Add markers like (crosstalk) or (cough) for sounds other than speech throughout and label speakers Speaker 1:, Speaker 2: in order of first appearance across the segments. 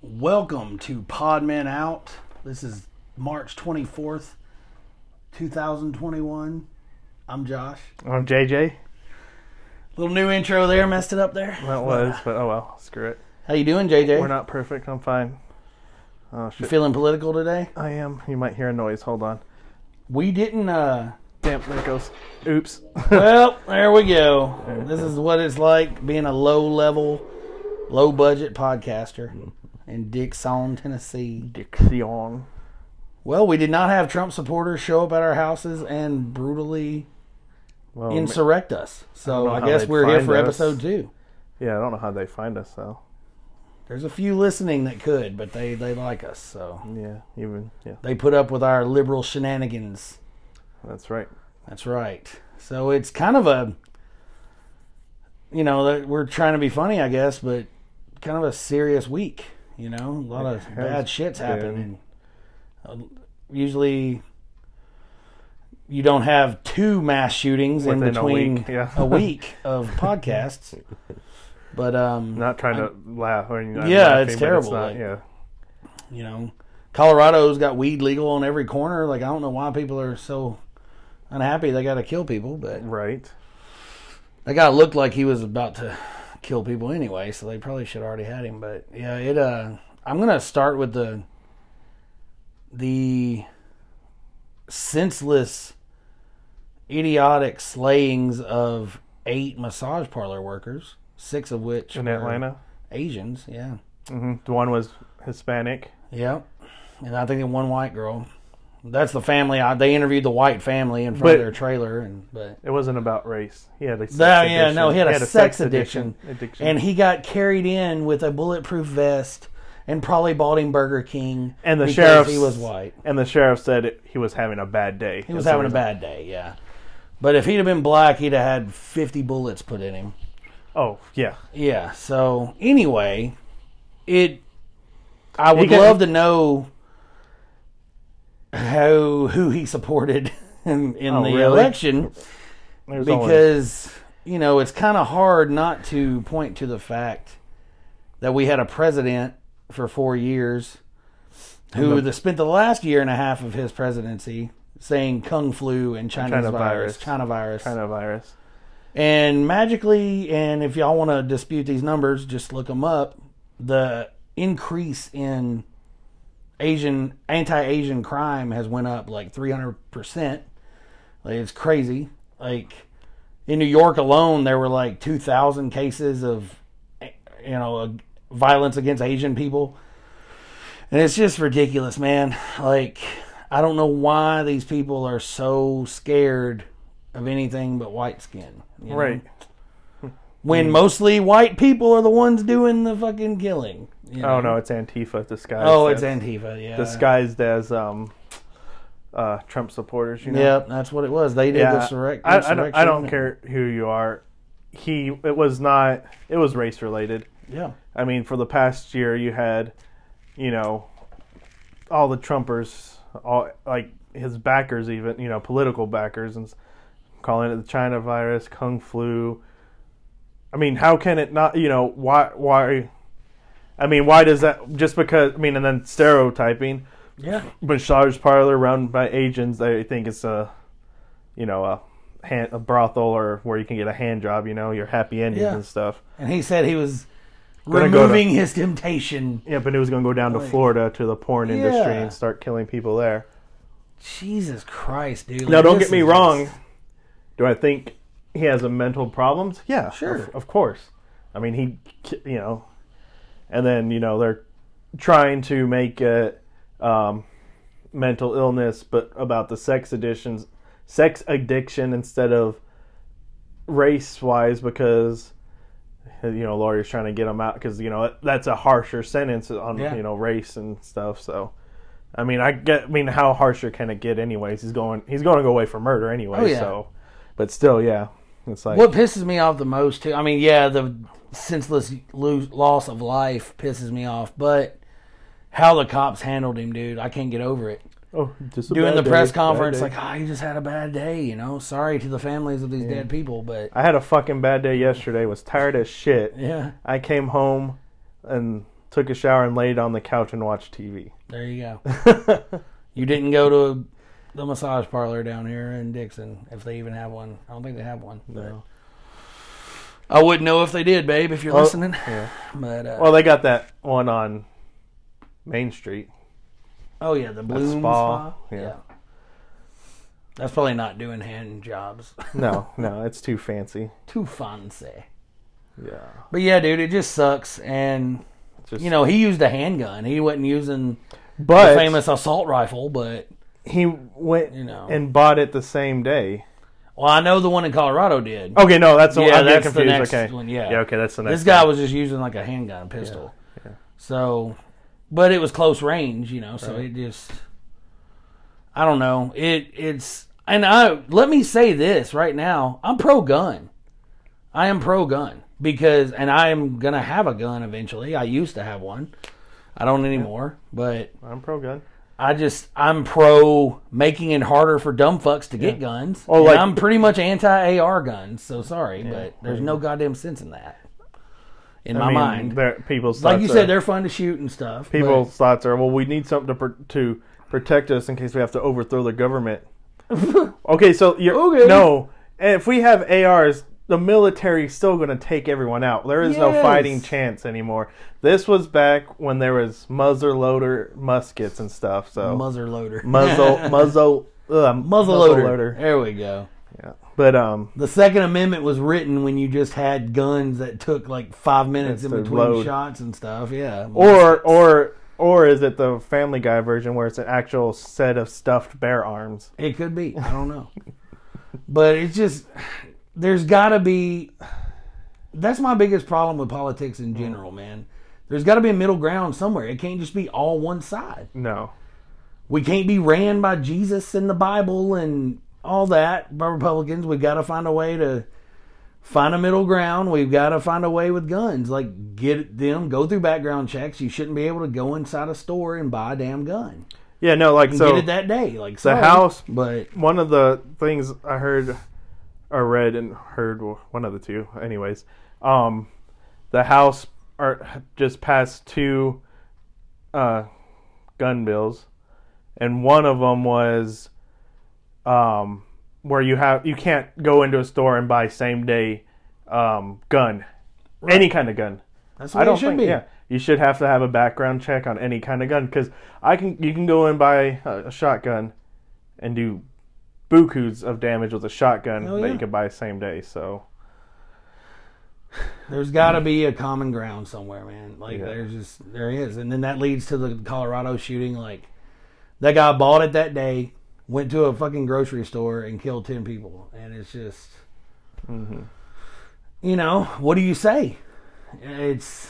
Speaker 1: Welcome to Podman Out. This is March 24th, 2021. I'm Josh.
Speaker 2: I'm JJ.
Speaker 1: Little new intro there, messed it up there. (laughs)
Speaker 2: That was, but oh well, screw it.
Speaker 1: How you doing, JJ?
Speaker 2: We're not perfect. I'm fine. Oh
Speaker 1: You
Speaker 2: shit!
Speaker 1: feeling political today?
Speaker 2: I am. You might hear a noise. Hold on.
Speaker 1: We didn't
Speaker 2: (laughs)
Speaker 1: uh
Speaker 2: Damn, there it goes.
Speaker 1: (laughs)
Speaker 2: Oops.
Speaker 1: well, there we go. This is what it's like being a low-level, low-budget podcaster in Dixon, Tennessee.
Speaker 2: Dixion.
Speaker 1: Well, we did not have Trump supporters show up at our houses and brutally
Speaker 2: Well, ma-
Speaker 1: insurrect us. So
Speaker 2: Oh, I don't know
Speaker 1: I
Speaker 2: how
Speaker 1: guess
Speaker 2: they'd
Speaker 1: we're here
Speaker 2: find
Speaker 1: for
Speaker 2: us.
Speaker 1: episode 2.
Speaker 2: yeah, I don't know how they find us though.
Speaker 1: There's a few listening that could, but they they like us, so
Speaker 2: Yeah, even yeah,
Speaker 1: they put up with our liberal shenanigans.
Speaker 2: that's right.
Speaker 1: That's right. So it's kind of a, you know, that we're trying to be funny, I guess, but kind of a serious week. You know, a lot of
Speaker 2: It has
Speaker 1: bad shits happening. Uh,
Speaker 2: been.
Speaker 1: Usually, you don't have two mass shootings in
Speaker 2: Within a
Speaker 1: between
Speaker 2: week, yeah.
Speaker 1: a week of
Speaker 2: (laughs)
Speaker 1: podcasts. But um,
Speaker 2: Not trying to laugh. I mean, I'm
Speaker 1: Yeah,
Speaker 2: laughing,
Speaker 1: it's
Speaker 2: but
Speaker 1: terrible,
Speaker 2: not-
Speaker 1: like-
Speaker 2: yeah,
Speaker 1: you know, Colorado's got weed legal on every corner. Like I don't know why people are so unhappy they got to kill people, but
Speaker 2: right.
Speaker 1: that guy looked like he was about to kill people anyway, so they probably should have already had him. But yeah, it. uh I'm gonna start with the the senseless, idiotic slayings of eight massage parlor workers, six of which
Speaker 2: In
Speaker 1: were
Speaker 2: Atlanta,
Speaker 1: Asians. Yeah.
Speaker 2: hmm the one was Hispanic.
Speaker 1: Yep. And I think the one white girl. That's the family. I, they interviewed the white family in front of
Speaker 2: But-
Speaker 1: their trailer, and but
Speaker 2: It wasn't about race. He had a sex
Speaker 1: No, yeah, no,
Speaker 2: addiction.
Speaker 1: he had a sex
Speaker 2: addiction. addiction.
Speaker 1: and he got carried in with a bulletproof vest, and probably bought him Burger King.
Speaker 2: And the
Speaker 1: because
Speaker 2: sheriff's-
Speaker 1: he was white.
Speaker 2: And the sheriff said it, he was having a bad day.
Speaker 1: He was having a bad day. Yeah. But if he'd have been black, he'd have had fifty bullets put in him.
Speaker 2: Oh yeah,
Speaker 1: Yeah. So anyway, it. I would
Speaker 2: got-
Speaker 1: love to know how who he supported (laughs) in, in
Speaker 2: Oh,
Speaker 1: the
Speaker 2: really?
Speaker 1: election.
Speaker 2: There's always,
Speaker 1: because you know it's kind of hard not to point to the fact that we had a president for four years who the, spent the last year and a half of his presidency saying kung flu and Chinese
Speaker 2: China
Speaker 1: virus,
Speaker 2: virus.
Speaker 1: China virus,
Speaker 2: kind of virus.
Speaker 1: and magically, and if y'all want to dispute these numbers, just look them up. The increase in Asian anti-Asian crime has went up like 300%. Like it's crazy. Like in New York alone there were like 2000 cases of you know, violence against Asian people. And it's just ridiculous, man. Like I don't know why these people are so scared of anything but white skin. you know?
Speaker 2: Right. Mm.
Speaker 1: When mostly white people are the ones doing the fucking killing. you
Speaker 2: Oh
Speaker 1: know?
Speaker 2: no, it's Antifa disguised.
Speaker 1: Oh, it's
Speaker 2: as, uh,
Speaker 1: Antifa, yeah.
Speaker 2: disguised as um, uh, Trump supporters. You know.
Speaker 1: Yep, that's what it was. They did the surrect-
Speaker 2: I, I don't, I
Speaker 1: insurrection.
Speaker 2: don't care who you are. He. It was not. It was race related.
Speaker 1: Yeah.
Speaker 2: I mean, for the past year, you had, you know, all the Trumpers, all like his backers, even you know, political backers, and s- calling it the China virus, Kung flu. I mean, how can it not? You know, why? Why? I mean, why does that? Just because? I mean, and then stereotyping
Speaker 1: Yeah.
Speaker 2: massage parlor run by Asians. I think it's a, you know, a, hand, a brothel or where you can get a hand job. You know, your happy endings
Speaker 1: Yeah.
Speaker 2: and stuff.
Speaker 1: And he said he was
Speaker 2: Gonna go to-
Speaker 1: removing his temptation.
Speaker 2: Yeah, but it was going to go down to
Speaker 1: Like-
Speaker 2: Florida to the porn industry
Speaker 1: Yeah.
Speaker 2: and start killing people there.
Speaker 1: Jesus Christ, dude.
Speaker 2: Now,
Speaker 1: Like,
Speaker 2: don't
Speaker 1: this
Speaker 2: get me
Speaker 1: is
Speaker 2: wrong.
Speaker 1: just-
Speaker 2: Do I think he has a mental problems? Yeah,
Speaker 1: Sure.
Speaker 2: of, of course. I mean, he, you know, and then you know they're trying to make it um, mental illness, but about the sex additions, sex addiction instead of race wise because you know lawyers trying to get them out because you know that's a harsher sentence on
Speaker 1: Yeah.
Speaker 2: you know race and stuff. So. I mean, I get. I mean, how harsher can it get? Anyways, he's going. He's going to go away for murder anyway.
Speaker 1: Oh, yeah.
Speaker 2: So, but still, yeah, it's like
Speaker 1: What pisses me off the most, too, I mean, yeah, the senseless lo- loss of life pisses me off, but how the cops handled him, dude, I can't get over it.
Speaker 2: oh, just a
Speaker 1: Doing the
Speaker 2: bad day,
Speaker 1: press
Speaker 2: bad
Speaker 1: conference,
Speaker 2: day.
Speaker 1: like, oh, he just had a bad day, you know? Sorry to the families of these dead people, but
Speaker 2: I had a fucking bad day yesterday. Was tired as shit.
Speaker 1: yeah.
Speaker 2: I came home and took a shower and laid on the couch and watched TV.
Speaker 1: There you go.
Speaker 2: (laughs)
Speaker 1: you didn't go to the massage parlor down here in Dixon, if they even have one. I don't think they have one. but-
Speaker 2: No.
Speaker 1: I wouldn't know if they did, babe, if you're
Speaker 2: Oh,
Speaker 1: listening.
Speaker 2: yeah.
Speaker 1: (laughs) But uh,
Speaker 2: Well, Oh, they got that one on Main Street.
Speaker 1: oh yeah, the Bloom
Speaker 2: spa,
Speaker 1: spa.
Speaker 2: yeah.
Speaker 1: That's probably not doing hand jobs.
Speaker 2: (laughs)
Speaker 1: (laughs)
Speaker 2: No, no, it's too fancy.
Speaker 1: Too fancy.
Speaker 2: Yeah.
Speaker 1: But yeah, dude, it just sucks. And
Speaker 2: Just,
Speaker 1: you know, he used a handgun. He wasn't using
Speaker 2: but
Speaker 1: the famous assault rifle, but
Speaker 2: he went
Speaker 1: You know.
Speaker 2: and bought it the same day.
Speaker 1: well, I know the one in Colorado did.
Speaker 2: Okay, no, that's the
Speaker 1: Yeah,
Speaker 2: one. I'm getting
Speaker 1: that's the
Speaker 2: confused.
Speaker 1: next
Speaker 2: okay.
Speaker 1: one, yeah.
Speaker 2: yeah, okay, that's the next.
Speaker 1: this guy
Speaker 2: one.
Speaker 1: was just using like a handgun, a pistol. So, but it was close range, you know. So it just, I don't know. It it's and I let me say this right now. I'm pro gun. I am pro gun because, and I am gonna have a gun eventually. I used to have one. I don't anymore, but
Speaker 2: I'm pro gun.
Speaker 1: I just I'm pro making it harder for dumb fucks to get guns.
Speaker 2: Or
Speaker 1: And
Speaker 2: Oh, like-
Speaker 1: I'm pretty much anti AR guns. So sorry, but there's no goddamn sense in that. In my
Speaker 2: I mean,
Speaker 1: mind,
Speaker 2: they're- people's
Speaker 1: like
Speaker 2: thoughts
Speaker 1: you
Speaker 2: are,
Speaker 1: said, they're fun to shoot and stuff. but-
Speaker 2: people's thoughts are well, we need something to pr- to protect us in case we have to overthrow
Speaker 1: (laughs)
Speaker 2: the government. okay, so you're
Speaker 1: Okay.
Speaker 2: no, and if we have ARs, the military's still going to take everyone out. There is no
Speaker 1: Yes.
Speaker 2: fighting chance anymore. This was back when there was muzzle loader muskets and stuff. So
Speaker 1: muzzle loader, (laughs)
Speaker 2: muzzle muzzle uh,
Speaker 1: muzzle loader. There we go.
Speaker 2: Yeah. But um,
Speaker 1: The Second Amendment was written when you just had guns that took like five minutes in
Speaker 2: to
Speaker 1: between
Speaker 2: load.
Speaker 1: shots and stuff. Yeah,
Speaker 2: or or or is it the Family Guy version where it's an actual set of stuffed bear arms?
Speaker 1: It could be. I don't know. but it's just there's got to be that's my biggest problem with politics in general, man. There's got to be a middle ground somewhere. It can't just be all one side.
Speaker 2: No.
Speaker 1: We can't be ran by Jesus and the Bible and all that by Republicans. We've got to find a way to find a middle ground. We've got to find a way with guns. Like get them go through background checks. You shouldn't be able to go inside a store and buy a damn gun.
Speaker 2: Yeah, no. Like
Speaker 1: You
Speaker 2: so,
Speaker 1: get it that day. Like sorry,
Speaker 2: House-
Speaker 1: but
Speaker 2: one of the things I heard or read and heard well, one of the two anyways um the house are just passed two uh gun bills and one of them was um where you have you can't go into a store and buy same day um gun any kind of gun
Speaker 1: that's what
Speaker 2: I don't
Speaker 1: it should
Speaker 2: think.
Speaker 1: be.
Speaker 2: Yeah, you should have to have a background check on any kind of gun because I can. You can go and buy a, a shotgun, and do bukus of damage with a shotgun
Speaker 1: Oh,
Speaker 2: that
Speaker 1: yeah.
Speaker 2: you could buy same day. So
Speaker 1: There's got to be a common ground somewhere, man. Like
Speaker 2: Yeah.
Speaker 1: there's just there is, and then that leads to the Colorado shooting. Like that guy bought it that day, went to a fucking grocery store and killed ten people, and it's just, you know, what do you say? It's,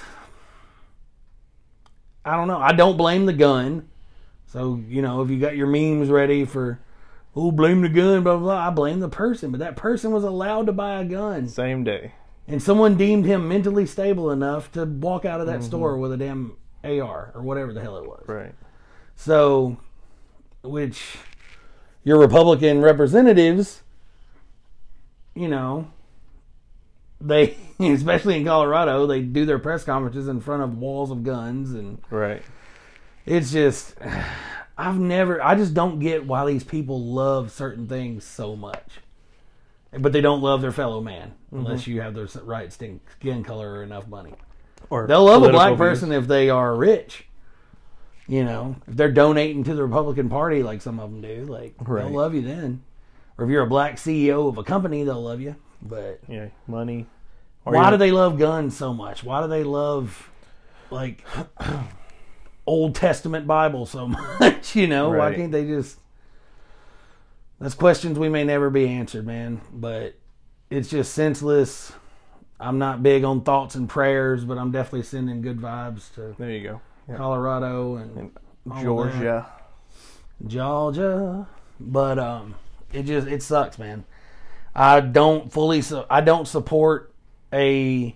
Speaker 1: I don't know. I don't blame the gun. So you know, if you got your memes ready for, oh, blame the gun, blah blah. blah I blame the person, but that person was allowed to buy a gun
Speaker 2: same day.
Speaker 1: and someone deemed him mentally stable enough to walk out of that store with a damn AR or whatever the hell it was.
Speaker 2: Right.
Speaker 1: So, which your Republican representatives, you know, they, (laughs) especially in Colorado, they do their press conferences in front of walls of guns. And
Speaker 2: Right.
Speaker 1: it's just, (sighs) I've never, I just don't get why these people love certain things so much. But they don't love their fellow man
Speaker 2: Mm-hmm.
Speaker 1: unless you have their s- right skin, skin color or enough money.
Speaker 2: Or
Speaker 1: They'll love a
Speaker 2: political
Speaker 1: black
Speaker 2: views.
Speaker 1: person if they are rich. You know, if they're donating to the Republican Party like some of them do, like
Speaker 2: Right.
Speaker 1: they'll love you then. Or if you're a black CEO of a company, they'll love you. But
Speaker 2: Yeah, money. Or
Speaker 1: why
Speaker 2: you-
Speaker 1: do they love guns so much? Why do they love like (clears throat) Old Testament Bible so (laughs) much? You know, why
Speaker 2: Right.
Speaker 1: can't they just? That's questions we may never be answered, man. But it's just senseless. I'm not big on thoughts and prayers, but I'm definitely sending good vibes to
Speaker 2: There you go. Yeah.
Speaker 1: Colorado and all that.
Speaker 2: Georgia.
Speaker 1: Georgia. But um, it just it sucks, man. I don't fully su- I don't support a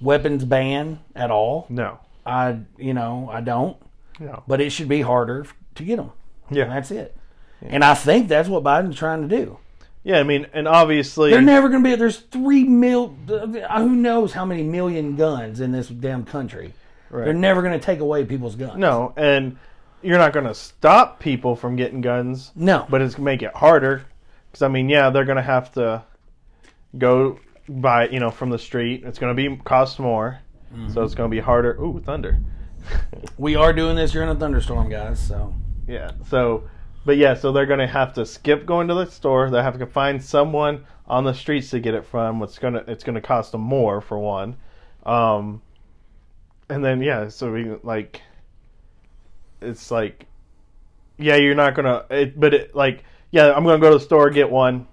Speaker 1: weapons ban at all.
Speaker 2: No.
Speaker 1: I you know I don't,
Speaker 2: No.
Speaker 1: but it should be harder to get them.
Speaker 2: Yeah.
Speaker 1: And that's it. And I think that's what Biden's trying to do.
Speaker 2: yeah. I mean, and obviously,
Speaker 1: They're never going to uh, be. There's three mil. Who knows how many million guns in this damn country?
Speaker 2: Right.
Speaker 1: They're never going to take away people's guns.
Speaker 2: No, and you're not going to stop people from getting guns.
Speaker 1: No.
Speaker 2: but it's gonna make it harder because I mean, yeah, they're gonna have to go buy you know from the street. It's gonna be cost more, so it's gonna be harder. Ooh, thunder!
Speaker 1: we are doing this during a thunderstorm, guys. So
Speaker 2: Yeah, so but yeah, so they're gonna have to skip going to the store. They have to find someone on the streets to get it from. What's gonna it's gonna cost them more for one, um, and then yeah, so we like it's like yeah, you're not gonna it, but it like yeah, I'm gonna go to the store get one.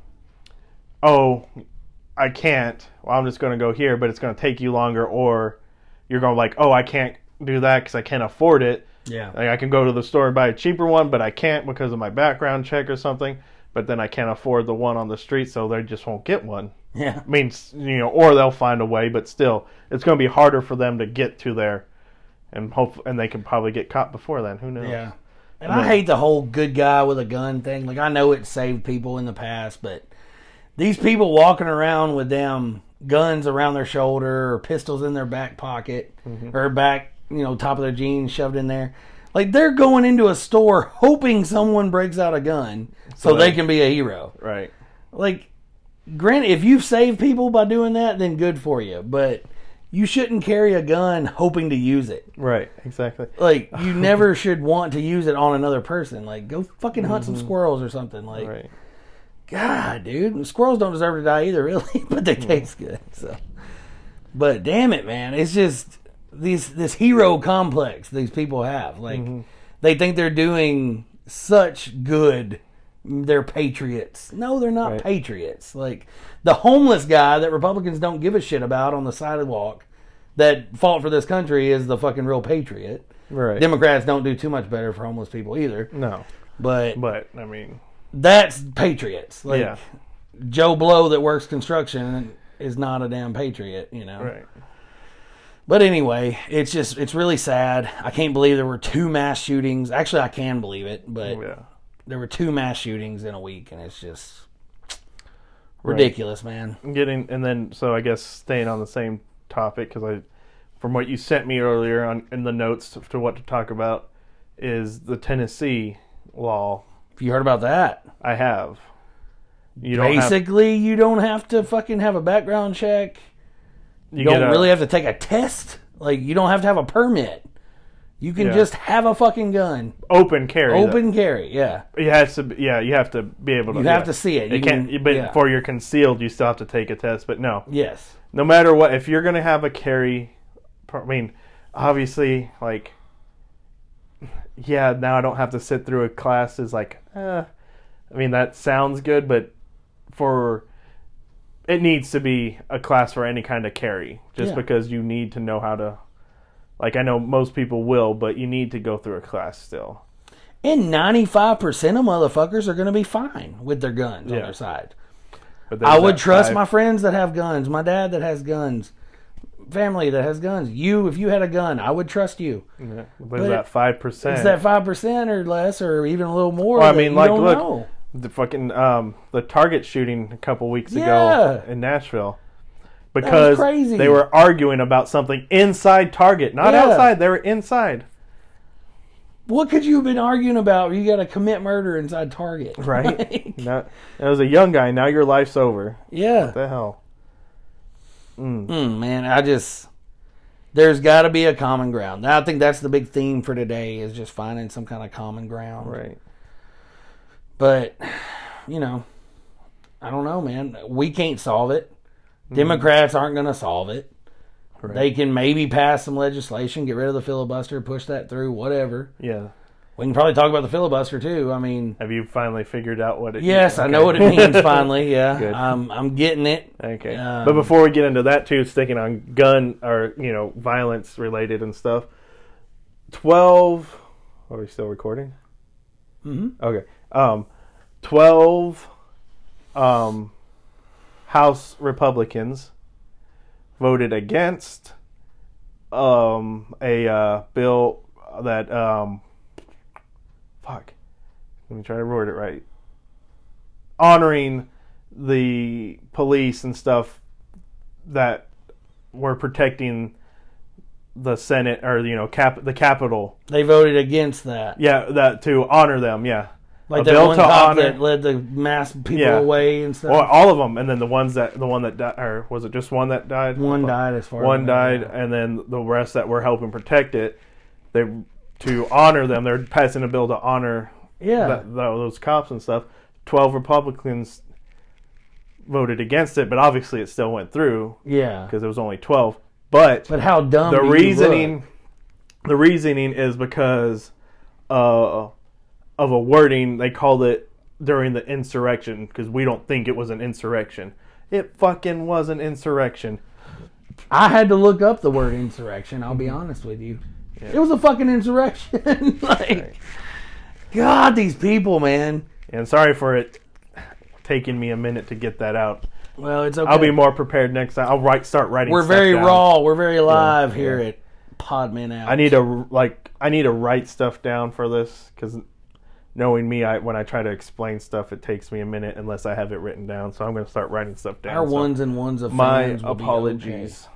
Speaker 2: Oh, I can't. Well, I'm just gonna go here, but it's gonna take you longer, or you're gonna like oh, I can't do that because I can't afford it.
Speaker 1: yeah,
Speaker 2: Like I can go to the store and buy a cheaper one, but I can't because of my background check or something. But then I can't afford the one on the street, so they just won't get one.
Speaker 1: (laughs) yeah,
Speaker 2: I mean, s- you know, or they'll find a way, but still, it's going to be harder for them to get to there, and hope and they can probably get caught before then. Who knows?
Speaker 1: yeah. And I hate the whole good guy with a gun thing. Like I know it saved people in the past, but these people walking around with them guns around their shoulder or pistols in their back pocket or back, you know, top of their jeans shoved in there. Like they're going into a store hoping someone breaks out a gun so, they
Speaker 2: they-
Speaker 1: can be a hero.
Speaker 2: Right.
Speaker 1: like granted if you've saved people by doing that then good for you but you shouldn't carry a gun hoping to use it
Speaker 2: Right. Exactly.
Speaker 1: like
Speaker 2: (laughs)
Speaker 1: you never should want to use it on another person like go fucking hunt some squirrels or something like
Speaker 2: Mm-hmm. Right.
Speaker 1: god dude squirrels don't deserve to die either (laughs) really but
Speaker 2: Mm.
Speaker 1: they taste good so but damn it man it's just these this hero complex these people have like
Speaker 2: Mm-hmm.
Speaker 1: they think they're doing such good mm, they're patriots no they're not
Speaker 2: Right.
Speaker 1: patriots like the homeless guy that republicans don't give a shit about on the sidewalk that fought for this country is the fucking real patriot
Speaker 2: Right.
Speaker 1: democrats don't do too much better for homeless people either
Speaker 2: no.
Speaker 1: but
Speaker 2: But I mean,
Speaker 1: that's patriots like
Speaker 2: yeah.
Speaker 1: Joe Blow that works construction is not a damn patriot, you know.
Speaker 2: Right.
Speaker 1: But anyway, it's just it's really sad. I can't believe there were two mass shootings. Actually, I can believe it, but
Speaker 2: Yeah.
Speaker 1: there were two mass shootings in a week, and it's just ridiculous, man.
Speaker 2: getting and then so i guess staying on the same topic because i from what you sent me earlier on in the notes to, to what to talk about is the tennessee law
Speaker 1: If you heard about that,
Speaker 2: i have you don't have-
Speaker 1: basically you don't have to fucking have a background check.
Speaker 2: you
Speaker 1: You don't
Speaker 2: get a-
Speaker 1: really have to take a test. Like you don't have to have a permit. You can
Speaker 2: Yeah.
Speaker 1: just have a fucking gun,
Speaker 2: open carry though.
Speaker 1: open carry. Yeah,
Speaker 2: it has to be- yeah you have to be able to
Speaker 1: You
Speaker 2: yeah.
Speaker 1: have to see it. You
Speaker 2: can't
Speaker 1: can-
Speaker 2: but
Speaker 1: yeah.
Speaker 2: for your concealed you still have to take a test but no
Speaker 1: yes,
Speaker 2: no matter what, if you're gonna have a carry, pro- I mean, obviously, like, yeah, now I don't have to sit through a class. Is like, uh, I mean, that sounds good, but for it needs to be a class for any kind of carry, just
Speaker 1: Yeah.
Speaker 2: because you need to know how to. Like, I know most people will, but you need to go through a class still.
Speaker 1: and 95% of motherfuckers are going to be fine with their guns on
Speaker 2: Yeah.
Speaker 1: their side.
Speaker 2: But
Speaker 1: I
Speaker 2: there's
Speaker 1: would
Speaker 2: that
Speaker 1: trust
Speaker 2: five-
Speaker 1: my friends that have guns, my dad that has guns, family that has guns. You, if you had a gun, I would trust you.
Speaker 2: There's
Speaker 1: it-
Speaker 2: that five percent.
Speaker 1: It's that 5% or less or even a little more.
Speaker 2: Well, I
Speaker 1: that
Speaker 2: mean,
Speaker 1: you
Speaker 2: like,
Speaker 1: don't
Speaker 2: look,
Speaker 1: know.
Speaker 2: the fucking um the Target shooting a couple weeks ago
Speaker 1: Yeah.
Speaker 2: in Nashville because
Speaker 1: crazy.
Speaker 2: they were arguing about something inside Target, not
Speaker 1: Yeah.
Speaker 2: outside. They were inside,
Speaker 1: What could you have been arguing about? You got to commit murder inside Target.
Speaker 2: right? (laughs)
Speaker 1: Like,
Speaker 2: Not, and it was a young guy. Now your life's over.
Speaker 1: (laughs) yeah.
Speaker 2: What the hell?
Speaker 1: Mm, man, I just there's got to be a common ground. I think that's the big theme for today is just finding some kind of common ground.
Speaker 2: Right?
Speaker 1: But you know, I don't know, man. We can't solve it. Democrats aren't going to solve it.
Speaker 2: Right.
Speaker 1: They can maybe pass some legislation, get rid of the filibuster, push that through, whatever.
Speaker 2: Yeah.
Speaker 1: We can probably talk about the filibuster too. I mean,
Speaker 2: Have you finally figured out what it?
Speaker 1: yes, I know what
Speaker 2: (laughs)
Speaker 1: it
Speaker 2: Okay.
Speaker 1: means. Finally, yeah,
Speaker 2: Good.
Speaker 1: I'm I'm getting it.
Speaker 2: Okay.
Speaker 1: Um,
Speaker 2: but before we get into that too, sticking on gun or you know violence related and stuff. Twelve. Are we still recording?
Speaker 1: Mhm.
Speaker 2: Okay. Um, twelve. Um, House Republicans voted against um a uh, bill that um. Fuck. Let me try to word it right. Honoring the police and stuff that were protecting the Senate or you know cap the Capitol.
Speaker 1: They voted against that.
Speaker 2: Yeah, that to honor them. Yeah,
Speaker 1: Like
Speaker 2: A
Speaker 1: that
Speaker 2: bill
Speaker 1: one
Speaker 2: to
Speaker 1: cop
Speaker 2: honor-
Speaker 1: that led the mass people
Speaker 2: Yeah.
Speaker 1: away and stuff.
Speaker 2: well, all of them, and then the ones that the one that died, or was it just one that died?
Speaker 1: one died as far. as
Speaker 2: One
Speaker 1: I know.
Speaker 2: died, and then the rest that were helping protect it. They to honor them. They're passing a bill to honor
Speaker 1: Yeah.
Speaker 2: that, tho- those cops and stuff. Twelve Republicans voted against it, but obviously it still went through
Speaker 1: yeah.
Speaker 2: because it was only twelve. But
Speaker 1: But how dumb
Speaker 2: the
Speaker 1: do you
Speaker 2: reasoning
Speaker 1: look?
Speaker 2: the reasoning is because uh, of a wording they called it during the insurrection because we don't think it was an insurrection it fucking was an insurrection
Speaker 1: I had to look up the word insurrection. I'll be honest with you. It was a fucking insurrection. (laughs) like,
Speaker 2: (laughs)
Speaker 1: God, these people, man.
Speaker 2: and sorry for it taking me a minute to get that out
Speaker 1: Well, it's okay.
Speaker 2: i'll be more prepared next time i'll write start writing
Speaker 1: We're
Speaker 2: stuff
Speaker 1: very
Speaker 2: down.
Speaker 1: raw. We're very live here
Speaker 2: yeah.
Speaker 1: at Podman Out.
Speaker 2: i need to like i need to write stuff down for this because knowing me I, when i try to explain stuff it takes me a minute unless i have it written down so i'm going to start writing stuff down
Speaker 1: our
Speaker 2: so-
Speaker 1: ones and ones of
Speaker 2: My
Speaker 1: fans will be
Speaker 2: apologies.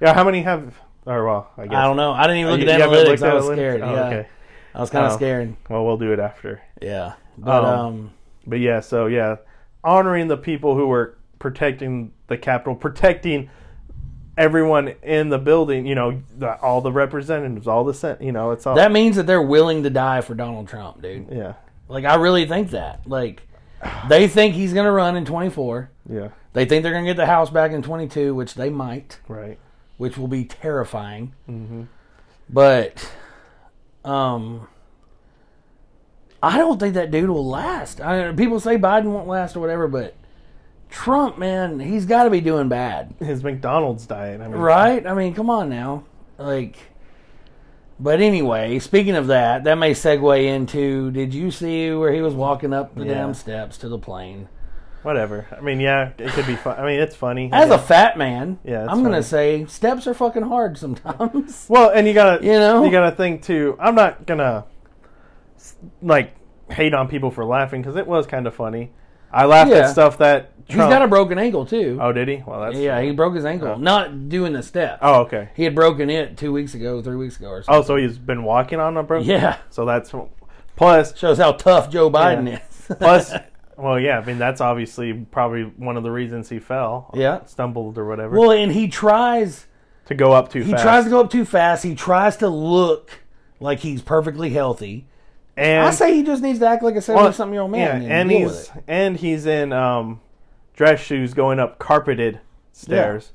Speaker 2: Yeah, how many have? Or well, I
Speaker 1: okay.
Speaker 2: guess
Speaker 1: I don't know. I didn't even look
Speaker 2: Oh, You-
Speaker 1: at
Speaker 2: you haven't
Speaker 1: analytics.
Speaker 2: looked
Speaker 1: I
Speaker 2: at
Speaker 1: was
Speaker 2: analytics?
Speaker 1: scared.
Speaker 2: Oh,
Speaker 1: yeah,
Speaker 2: Okay.
Speaker 1: I was kind of
Speaker 2: Oh.
Speaker 1: scared.
Speaker 2: Well, we'll do it after.
Speaker 1: Yeah, but
Speaker 2: Um,
Speaker 1: um,
Speaker 2: But yeah, so yeah, honoring the people who were protecting the Capitol, protecting everyone in the building. You know, the, all the representatives, all the sen- you know, it's all
Speaker 1: that means that they're willing to die for Donald Trump, dude.
Speaker 2: yeah,
Speaker 1: Like, I really think that. Like, they think he's gonna run in twenty four.
Speaker 2: yeah,
Speaker 1: They think they're going to get the house back in 22, which they might, (laughs)
Speaker 2: right.
Speaker 1: which will be terrifying. But um, I don't think that dude will last. I, people say Biden won't last or whatever, but Trump, man, he's got to be doing bad,
Speaker 2: His McDonald's diet. I mean,
Speaker 1: right? I mean, come on now, like. But anyway, speaking of that, that may segue into: Did you see where he was walking up the
Speaker 2: Yeah.
Speaker 1: damn steps to the plane?
Speaker 2: Whatever. I mean, yeah, it could be fun. I mean, it's funny.
Speaker 1: As a fat man,
Speaker 2: Yeah, that's
Speaker 1: I'm gonna
Speaker 2: funny.
Speaker 1: say steps are fucking hard sometimes. (laughs)
Speaker 2: Well, and you gotta,
Speaker 1: You know?
Speaker 2: you gotta think too. I'm not gonna like hate on people for laughing because it was kind of funny. I laughed
Speaker 1: Yeah.
Speaker 2: at stuff that
Speaker 1: He's
Speaker 2: Trump.
Speaker 1: got a broken ankle too.
Speaker 2: oh, did he? Well, that's
Speaker 1: yeah, he broke his ankle.
Speaker 2: Oh.
Speaker 1: Not doing the step.
Speaker 2: Oh, okay.
Speaker 1: He had broken it two weeks ago, three weeks ago or something.
Speaker 2: Oh, so he's been walking on a broken.
Speaker 1: Yeah.
Speaker 2: So that's plus
Speaker 1: Shows how tough Joe Biden
Speaker 2: Yeah.
Speaker 1: is.
Speaker 2: plus. Well, yeah. I mean, that's obviously probably one of the reasons he fell.
Speaker 1: Yeah.
Speaker 2: Stumbled or
Speaker 1: (laughs)
Speaker 2: whatever.
Speaker 1: well, and he tries
Speaker 2: to go up too
Speaker 1: he
Speaker 2: fast.
Speaker 1: tries to go up too fast. He tries to look like he's perfectly healthy.
Speaker 2: and
Speaker 1: I say he just needs to act like a seventy something year old man.
Speaker 2: Yeah, and
Speaker 1: deal with
Speaker 2: he's
Speaker 1: it.
Speaker 2: and he's in um, dress shoes going up carpeted stairs.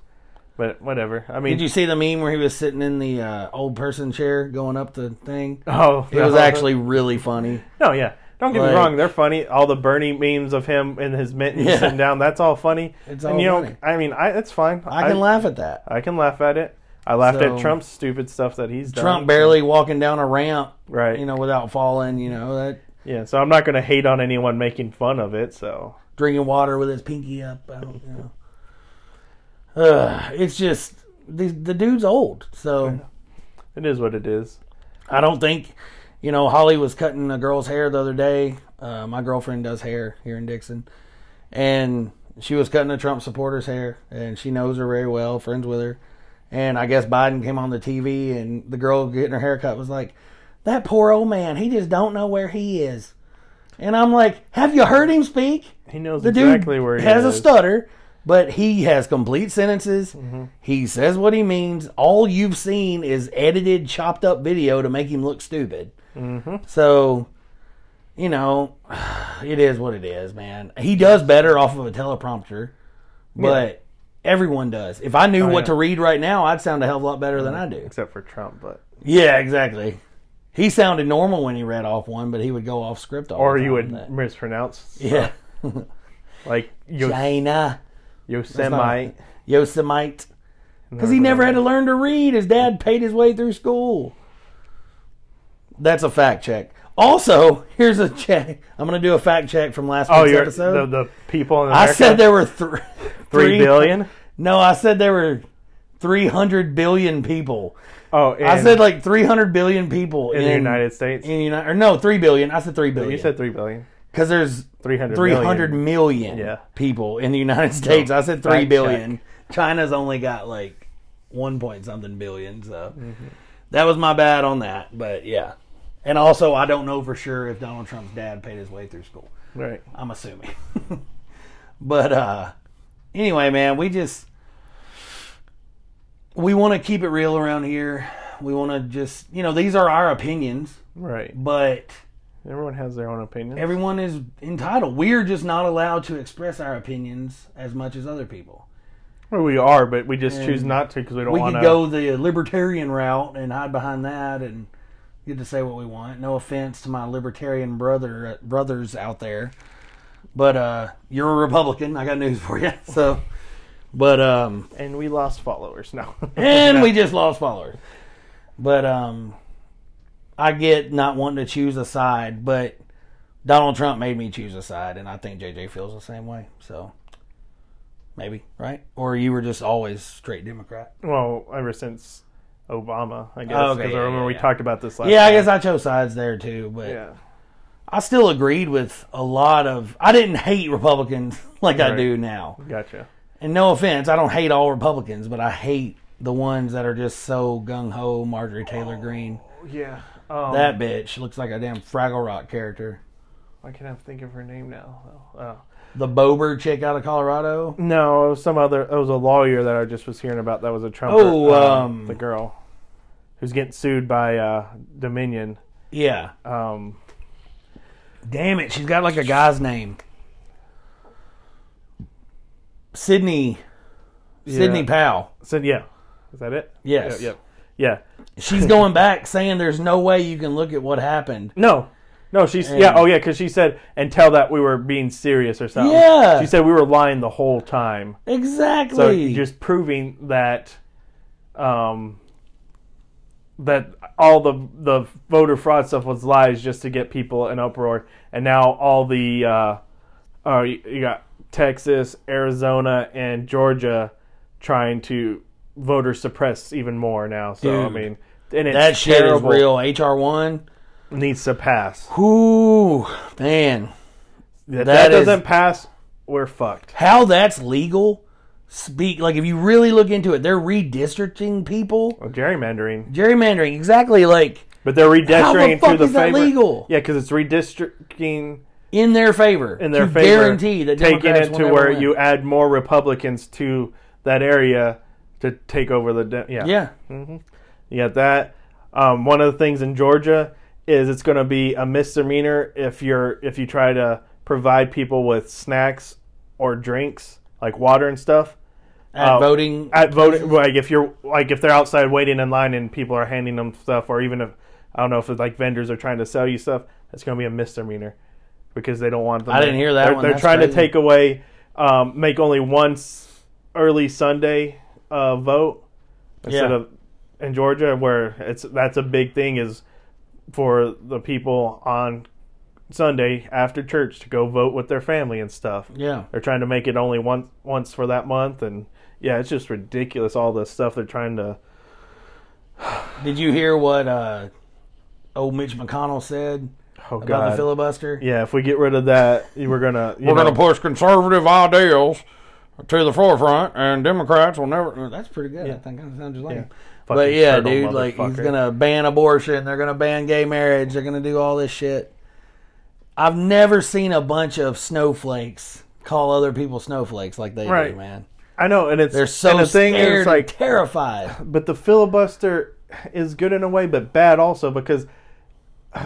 Speaker 2: But whatever. I mean,
Speaker 1: Did you see the meme where he was sitting in the uh, old person chair going up the thing?
Speaker 2: (laughs) Oh,
Speaker 1: It was actually really funny.
Speaker 2: no, yeah. Don't get
Speaker 1: Like-
Speaker 2: me wrong; they're funny. All the Bernie memes of him in his mittens
Speaker 1: Yeah.
Speaker 2: sitting down—that's all funny.
Speaker 1: It's
Speaker 2: and
Speaker 1: all
Speaker 2: you know,
Speaker 1: funny.
Speaker 2: I mean, I, it's fine.
Speaker 1: I can laugh at that.
Speaker 2: I can laugh at it. I laughed
Speaker 1: So-
Speaker 2: at Trump's stupid stuff that he's done.
Speaker 1: Trump barely walking down a ramp,
Speaker 2: right?
Speaker 1: you know, without falling. You know, that
Speaker 2: yeah. So I'm not going to hate on anyone making fun of it. So
Speaker 1: drinking water with his pinky up. I don't you know. Ugh, it's just the the dude's old, so
Speaker 2: it is what it is.
Speaker 1: I don't think you know. Holly was cutting a girl's hair the other day. Uh, my girlfriend does hair here in Dixon, and she was cutting a Trump supporter's hair, and she knows her very well, friends with her. And I guess Biden came on the TV, and the girl getting her hair cut was like, "That poor old man, he just don't know where he is." And I'm like, "Have you heard him speak?
Speaker 2: He knows
Speaker 1: The
Speaker 2: exactly
Speaker 1: dude
Speaker 2: where he
Speaker 1: has
Speaker 2: is.
Speaker 1: a stutter." But he has complete sentences.
Speaker 2: Mm-hmm.
Speaker 1: He says what he means. All you've seen is edited, chopped up video to make him look stupid.
Speaker 2: Mm-hmm.
Speaker 1: So, you know, (sighs) it is what it is, man. He does better off of a teleprompter, but everyone does. If I knew what
Speaker 2: Oh, yeah. Mm-hmm.
Speaker 1: to read right now, I'd sound a hell of a lot better than I do.
Speaker 2: except for Trump, but
Speaker 1: Yeah, exactly. He sounded normal when he read off one, but he would go off script all
Speaker 2: or
Speaker 1: the time.
Speaker 2: you would
Speaker 1: That-
Speaker 2: mispronounce (laughs)
Speaker 1: Yeah.
Speaker 2: like Yo-
Speaker 1: China.
Speaker 2: Yosemite.
Speaker 1: Yosemite. Because he never had to learn to read. His dad paid his way through school. That's a fact check. Also, here's a check. I'm going to do a fact check from last
Speaker 2: Oh,
Speaker 1: week's
Speaker 2: you're
Speaker 1: episode.
Speaker 2: the, the people in America.
Speaker 1: I said there were thr- (laughs)
Speaker 2: three billion.
Speaker 1: No, I said there were 300 billion people.
Speaker 2: Oh, in,
Speaker 1: I said like 300 billion people in,
Speaker 2: in the United States.
Speaker 1: In United, or no, 3 billion. I said 3 billion.
Speaker 2: you said three billion.
Speaker 1: Because there's
Speaker 2: 300
Speaker 1: 300
Speaker 2: million.
Speaker 1: million
Speaker 2: Yeah.
Speaker 1: people in the United States. I said 3
Speaker 2: fact
Speaker 1: billion. China's only got like one point something billion. So that was my bad on that. But yeah, and also I don't know for sure if Donald Trump's dad paid his way through school.
Speaker 2: Right.
Speaker 1: I'm assuming. (laughs) but uh anyway, man, we just we want to keep it real around here. We want to just, you know, these are our opinions,
Speaker 2: Right.
Speaker 1: but
Speaker 2: Everyone has their own opinion.
Speaker 1: everyone is entitled. We're just not allowed to express our opinions as much as other people.
Speaker 2: Well, we are, but we just choose
Speaker 1: And
Speaker 2: not to because we don't
Speaker 1: We
Speaker 2: want
Speaker 1: could go the libertarian route and hide behind that and get to say what we want. No offense to my libertarian brother brothers out there, but uh, you're a Republican. I got news for you. (laughs) So, but um,
Speaker 2: And we lost
Speaker 1: (laughs)
Speaker 2: followers now.
Speaker 1: and we just lost followers. But um, I get not wanting to choose a side, but Donald Trump made me choose a side, and I think JJ feels the same way. So. Maybe right, or you were just always straight Democrat.
Speaker 2: well, ever since Obama, I guess.
Speaker 1: Oh,
Speaker 2: Because
Speaker 1: okay,
Speaker 2: I
Speaker 1: yeah,
Speaker 2: remember
Speaker 1: yeah,
Speaker 2: we
Speaker 1: yeah.
Speaker 2: talked about this last.
Speaker 1: Yeah, I
Speaker 2: time.
Speaker 1: guess I chose sides there too, but
Speaker 2: Yeah.
Speaker 1: I still agreed with a lot of. I didn't hate Republicans (laughs) like I
Speaker 2: Right.
Speaker 1: do now.
Speaker 2: Gotcha.
Speaker 1: And no offense, I don't hate all Republicans, but I hate the ones that are just so gung ho. Marjorie Taylor Greene,
Speaker 2: Yeah. Um,
Speaker 1: that bitch looks like a damn Fraggle Rock character.
Speaker 2: I can't think of her name now. though. Oh.
Speaker 1: The Bober chick out of Colorado.
Speaker 2: No, it was some other. It was a lawyer that I just was hearing about. That was a Trump.
Speaker 1: Oh, um,
Speaker 2: the girl who's getting sued by uh, Dominion.
Speaker 1: Yeah,
Speaker 2: Um,
Speaker 1: damn it, she's got like a guy's name. Sydney, Sydney
Speaker 2: Yeah.
Speaker 1: Powell.
Speaker 2: So yeah, is that it?
Speaker 1: Yes.
Speaker 2: Yeah. Yeah. yeah.
Speaker 1: She's going back saying there's no way you can look at what happened.
Speaker 2: No. No, she's
Speaker 1: And-
Speaker 2: yeah. Oh yeah, because she said and tell that we were being serious or something.
Speaker 1: Yeah.
Speaker 2: She said we were lying the whole time.
Speaker 1: Exactly.
Speaker 2: So just proving that, um, that all the the voter fraud stuff was lies just to get people in uproar, and now all the, uh, uh, you you got Texas, Arizona, and Georgia trying to voter suppress even more now. So I
Speaker 1: Dude,
Speaker 2: mean, and it's
Speaker 1: That shit
Speaker 2: terrible.
Speaker 1: is real. HR one.
Speaker 2: Needs to pass.
Speaker 1: Ooh, man.
Speaker 2: If that,
Speaker 1: That is-
Speaker 2: doesn't pass, we're fucked.
Speaker 1: How that's legal? Speak like if you really look into it, they're redistricting people,
Speaker 2: Gerrymandering,
Speaker 1: gerrymandering. Exactly like
Speaker 2: but they're redistricting
Speaker 1: fuck
Speaker 2: to the
Speaker 1: is that
Speaker 2: favor-
Speaker 1: legal?
Speaker 2: Yeah, because it's redistricting.
Speaker 1: in their favor.
Speaker 2: in their
Speaker 1: to
Speaker 2: favor,
Speaker 1: guarantee that
Speaker 2: taking
Speaker 1: Democrats
Speaker 2: it
Speaker 1: will
Speaker 2: to
Speaker 1: never
Speaker 2: where
Speaker 1: win.
Speaker 2: you add more Republicans to that area to take over the de- yeah
Speaker 1: yeah.
Speaker 2: you got that. Um, one of the things in Georgia is it's going to be a misdemeanor if you're if you try to provide people with snacks or drinks like water and stuff
Speaker 1: At
Speaker 2: uh,
Speaker 1: voting.
Speaker 2: at voting like if you're like if they're outside waiting in line and people are handing them stuff or even if I don't know if it's like vendors are trying to sell you stuff that's going to be a misdemeanor because they don't want them
Speaker 1: I didn't hear that
Speaker 2: they're,
Speaker 1: one.
Speaker 2: they're
Speaker 1: That's
Speaker 2: trying to
Speaker 1: crazy.
Speaker 2: take away um, make only one s- early Sunday uh, vote instead
Speaker 1: Yeah.
Speaker 2: of in Georgia where it's that's a big thing is for the people on Sunday after church to go vote with their family and stuff
Speaker 1: yeah.
Speaker 2: they're trying to make it only once once for that month and yeah it's just ridiculous all the stuff they're trying to
Speaker 1: Did you hear what uh old Mitch McConnell said
Speaker 2: oh
Speaker 1: about
Speaker 2: god
Speaker 1: the filibuster?
Speaker 2: yeah if we get rid of that you we're gonna you
Speaker 3: We're
Speaker 2: know,
Speaker 3: going to push conservative ideals to the forefront, and Democrats will never.
Speaker 1: That's pretty good. I think that sounds like. him.
Speaker 2: fucking
Speaker 1: But yeah,
Speaker 2: turtle
Speaker 1: dude, like he's
Speaker 2: motherfucker.
Speaker 1: gonna ban abortion. They're gonna ban gay marriage. They're gonna do all this shit. I've never seen a bunch of snowflakes call other people snowflakes like they
Speaker 2: Right.
Speaker 1: do, man.
Speaker 2: i know and it's
Speaker 1: They're so
Speaker 2: and the thing
Speaker 1: scared,
Speaker 2: is like
Speaker 1: and terrified.
Speaker 2: (laughs) but the filibuster is good in a way but bad also because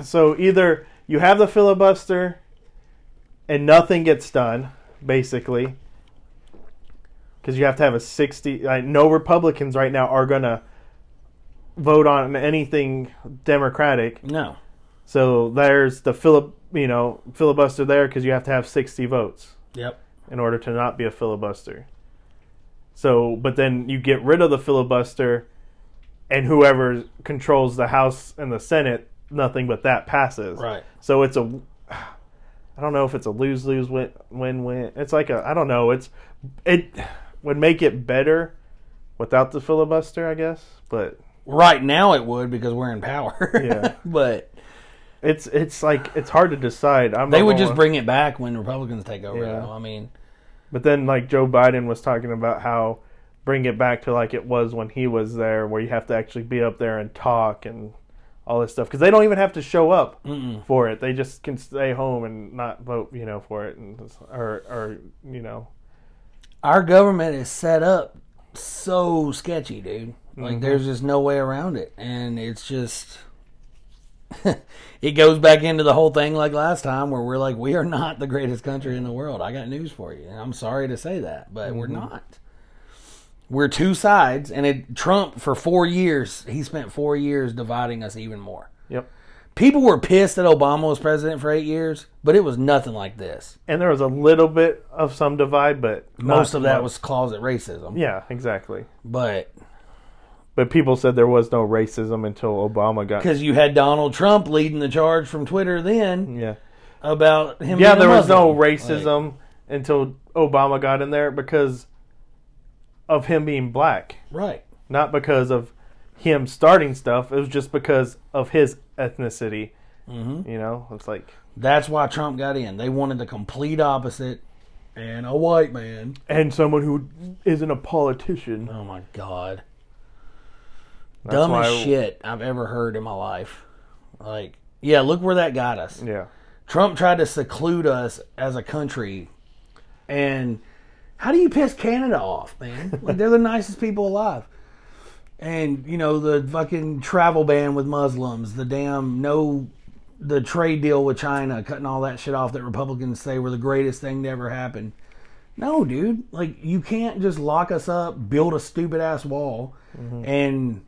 Speaker 2: so either you have the filibuster and nothing gets done basically because you have to have a 60 like no republicans right now are gonna vote on anything democratic
Speaker 1: No,
Speaker 2: So there's the filib, you know, filibuster there because you have to have 60 votes
Speaker 1: yep,
Speaker 2: in order to not be a filibuster. So, but then you get rid of the filibuster, and whoever controls the House and the Senate, nothing but that passes.
Speaker 1: Right.
Speaker 2: So it's a, (sighs) I don't know if it's a lose lose win win win. It's like a I don't know. It's it would make it better without the filibuster, I guess. But
Speaker 1: right now it would because we're in power. (laughs)
Speaker 2: Yeah.
Speaker 1: but
Speaker 2: it's it's like it's hard to decide. I'm
Speaker 1: they
Speaker 2: not
Speaker 1: would
Speaker 2: gonna-
Speaker 1: just bring it back when Republicans take over.
Speaker 2: Yeah.
Speaker 1: though. I mean,
Speaker 2: But then, like Joe Biden was talking about how bring it back to like it was when he was there, where you have to actually be up there and talk and all this stuff because they don't even have to show up for it. They just can stay home and not vote, you know, for it, and or or you know,
Speaker 1: Our government is set up so sketchy, dude. Like
Speaker 2: Mhm.
Speaker 1: there's just no way around it, and it's just. (laughs) it goes back into the whole thing like last time where we're like we are not the greatest country in the world. I got news for you. And I'm sorry to say that, but
Speaker 2: Mm-hmm.
Speaker 1: we're not. We're two sides and it Trump for 4 years, he spent 4 years dividing us even more.
Speaker 2: yep.
Speaker 1: People were pissed that Obama was president for 8 years, but it was nothing like this.
Speaker 2: And there was a little bit of some divide, but not
Speaker 1: Most of that
Speaker 2: much.
Speaker 1: was closet racism.
Speaker 2: yeah, exactly.
Speaker 1: But
Speaker 2: But people said there was no racism until Obama got
Speaker 1: because you had Donald Trump leading the charge from Twitter then
Speaker 2: yeah.
Speaker 1: about him.
Speaker 2: Yeah,
Speaker 1: being a
Speaker 2: there was no
Speaker 1: Muslim.
Speaker 2: racism until Obama got in there because of him being black,
Speaker 1: right?
Speaker 2: not because of him starting stuff. It was just because of his ethnicity. Mm-hmm. You know, it's like,
Speaker 1: That's why Trump got in. They wanted the complete opposite, and a white man.
Speaker 2: and someone who isn't a politician.
Speaker 1: Oh my god, dumbest
Speaker 2: why I-
Speaker 1: shit I've ever heard in my life. Like, yeah, look where that got us.
Speaker 2: Yeah,
Speaker 1: Trump tried to seclude us as a country, and how do you piss Canada off, man? (laughs) Like they're the nicest people alive. And you know the fucking travel ban with Muslims, the damn no, the trade deal with China, cutting all that shit off that Republicans say were the greatest thing to ever happen. No, dude, like you can't just lock us up, build a stupid ass wall, and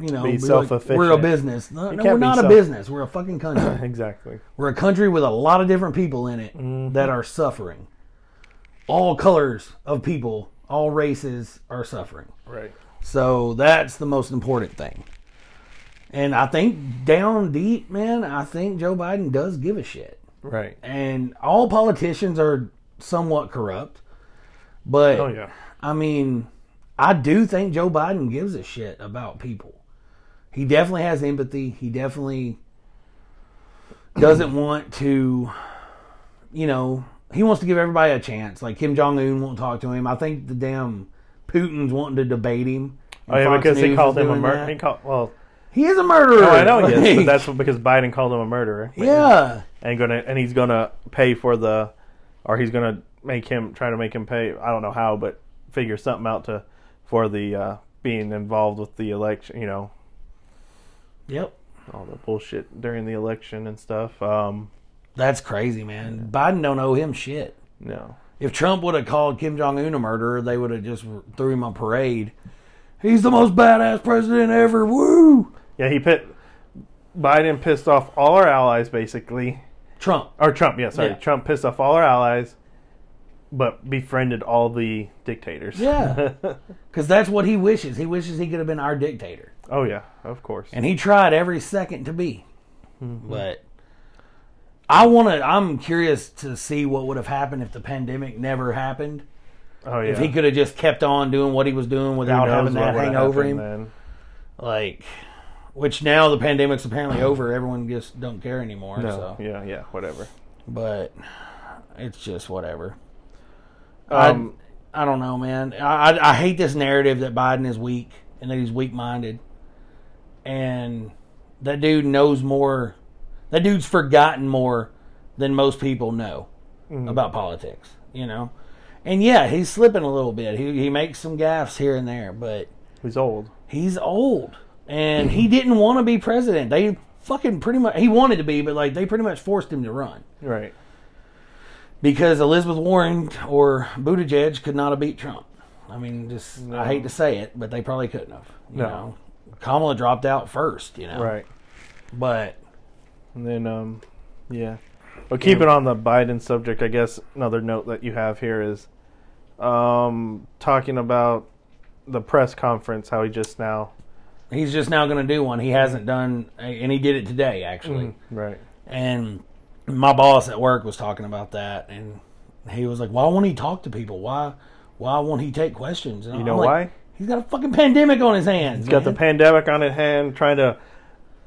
Speaker 1: you know
Speaker 2: Mm-hmm. Be
Speaker 1: like, we're a
Speaker 2: self-efficient.
Speaker 1: business. No, no,
Speaker 2: can't
Speaker 1: we're
Speaker 2: be
Speaker 1: not a
Speaker 2: self-
Speaker 1: business. We're a fucking country.
Speaker 2: (laughs) exactly.
Speaker 1: We're a country with a lot of different people in it
Speaker 2: Mm-hmm.
Speaker 1: that are suffering. All colors of people, all races are suffering.
Speaker 2: Right.
Speaker 1: So that's the most important thing. And I think down deep, man, I think Joe Biden does give a shit.
Speaker 2: Right.
Speaker 1: And all politicians are somewhat corrupt. But
Speaker 2: Oh, yeah.
Speaker 1: I mean, I do think Joe Biden gives a shit about people. He definitely has empathy. He definitely doesn't want to, you know, he wants to give everybody a chance. Like Kim Jong Un won't talk to him. I think the damn Putin's wanting to debate him.
Speaker 2: Oh, yeah,
Speaker 1: Fox
Speaker 2: because
Speaker 1: News
Speaker 2: he
Speaker 1: is
Speaker 2: called him a
Speaker 1: doing
Speaker 2: murderer.
Speaker 1: that.
Speaker 2: He called, well,
Speaker 1: He is a murderer.
Speaker 2: I know, yes, but
Speaker 1: Like,
Speaker 2: (laughs) that's because Biden called him a murderer.
Speaker 1: (laughs) yeah.
Speaker 2: and gonna and he's gonna pay for the or he's gonna make him try to make him pay i don't know how but figure something out to for the uh being involved with the election you know
Speaker 1: Yep.
Speaker 2: all the bullshit during the election and stuff um
Speaker 1: That's crazy, man. Biden don't owe him shit.
Speaker 2: no
Speaker 1: If Trump would have called Kim Jong Un a murderer, they would have just threw him on parade. He's the most badass president ever. Woo!
Speaker 2: yeah he pit biden pissed off all our allies basically
Speaker 1: Trump.
Speaker 2: or trump yeah sorry
Speaker 1: Yeah.
Speaker 2: trump pissed off all our allies but befriended all the dictators (laughs)
Speaker 1: Yeah. Because that's what he wishes. He wishes he could have been our dictator.
Speaker 2: oh yeah of course
Speaker 1: And he tried every second to be.
Speaker 2: Mm-hmm.
Speaker 1: But I want to, I'm curious to see what would have happened if the pandemic never happened.
Speaker 2: oh yeah
Speaker 1: If he could have just kept on doing what he was doing without having that hang over him.
Speaker 2: then.
Speaker 1: Like, which now the pandemic's
Speaker 2: (clears throat)
Speaker 1: apparently over. Everyone just don't care anymore.
Speaker 2: no
Speaker 1: so.
Speaker 2: yeah yeah whatever
Speaker 1: but it's just whatever.
Speaker 2: um
Speaker 1: I don't know, man. I, I I hate this narrative that Biden is weak and that he's weak minded, and that dude knows more. That dude's forgotten more than most people know about politics. You know, and yeah, he's slipping a little bit. He he makes some gaffes here and there, but
Speaker 2: he's old
Speaker 1: he's old and he didn't want to be president. They fucking pretty much he wanted to be, but like they pretty much forced him to run.
Speaker 2: Right.
Speaker 1: because Elizabeth Warren or Buttigieg could not have beat Trump. I mean, just I hate to say it, but they probably couldn't have. You
Speaker 2: No.
Speaker 1: know, Kamala dropped out first. You know,
Speaker 2: Right.
Speaker 1: But
Speaker 2: And then um yeah. But keep it on the Biden subject, I guess another note that you have here is um talking about the press conference, how he just now
Speaker 1: he's just now going to do one. He
Speaker 2: Mm-hmm.
Speaker 1: hasn't done, and he did it today actually.
Speaker 2: Right.
Speaker 1: And my boss at work was talking about that, and he was like, "Why won't he talk to people? Why, why won't he take questions?" And
Speaker 2: You
Speaker 1: I'm
Speaker 2: know
Speaker 1: like,
Speaker 2: why?
Speaker 1: He's got a fucking pandemic on his hands.
Speaker 2: Got the
Speaker 1: man.
Speaker 2: pandemic on his hand, trying to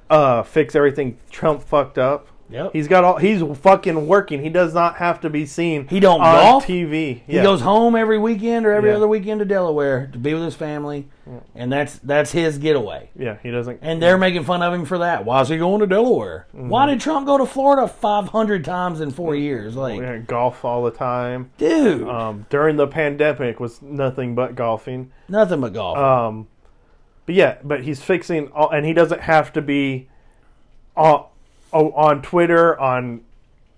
Speaker 2: uh fix everything Trump fucked up.
Speaker 1: Yep.
Speaker 2: He's got all. He's fucking working. He does not have to be seen.
Speaker 1: He don't
Speaker 2: on
Speaker 1: golf?
Speaker 2: TV.
Speaker 1: He goes home every weekend or every
Speaker 2: Yeah.
Speaker 1: other weekend to Delaware to be with his family, and that's that's his getaway.
Speaker 2: Yeah, Mm-hmm. he doesn't.
Speaker 1: And they're making fun of him for that. Why is he going to Delaware? Why did Trump go to Florida 500 times in four years? Like,
Speaker 2: Mm-hmm. yeah, golf all the time.
Speaker 1: dude,
Speaker 2: Um, during the pandemic was nothing but golfing.
Speaker 1: nothing but golf.
Speaker 2: Um, but yeah, but he's fixing all, and he doesn't have to be on, oh, on Twitter, on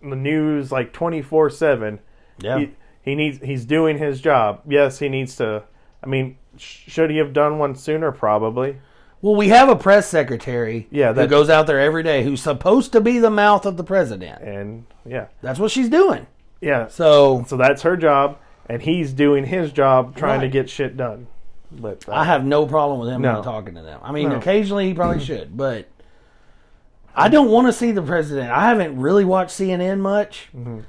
Speaker 2: the news, like 24 7.
Speaker 1: yeah.
Speaker 2: He, he needs, he's doing his job. Yes, he needs to. I mean, sh- should he have done one sooner? Probably.
Speaker 1: well, we have a press secretary
Speaker 2: Yeah,
Speaker 1: who
Speaker 2: that-
Speaker 1: goes out there every day who's supposed to be the mouth of the president.
Speaker 2: And yeah.
Speaker 1: That's what she's doing.
Speaker 2: Yeah. So,
Speaker 1: So
Speaker 2: that's her job, and he's doing his job trying to
Speaker 1: Right.
Speaker 2: get shit done. But, uh,
Speaker 1: I have no problem with him
Speaker 2: No.
Speaker 1: not talking to them. I mean,
Speaker 2: No.
Speaker 1: occasionally he
Speaker 2: (clears throat)
Speaker 1: probably should, but I don't want to see the president. I haven't really watched CNN much.
Speaker 2: Mm-hmm.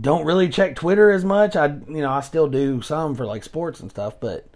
Speaker 1: Don't really check Twitter as much. I, you know, I still do some for like sports and stuff, but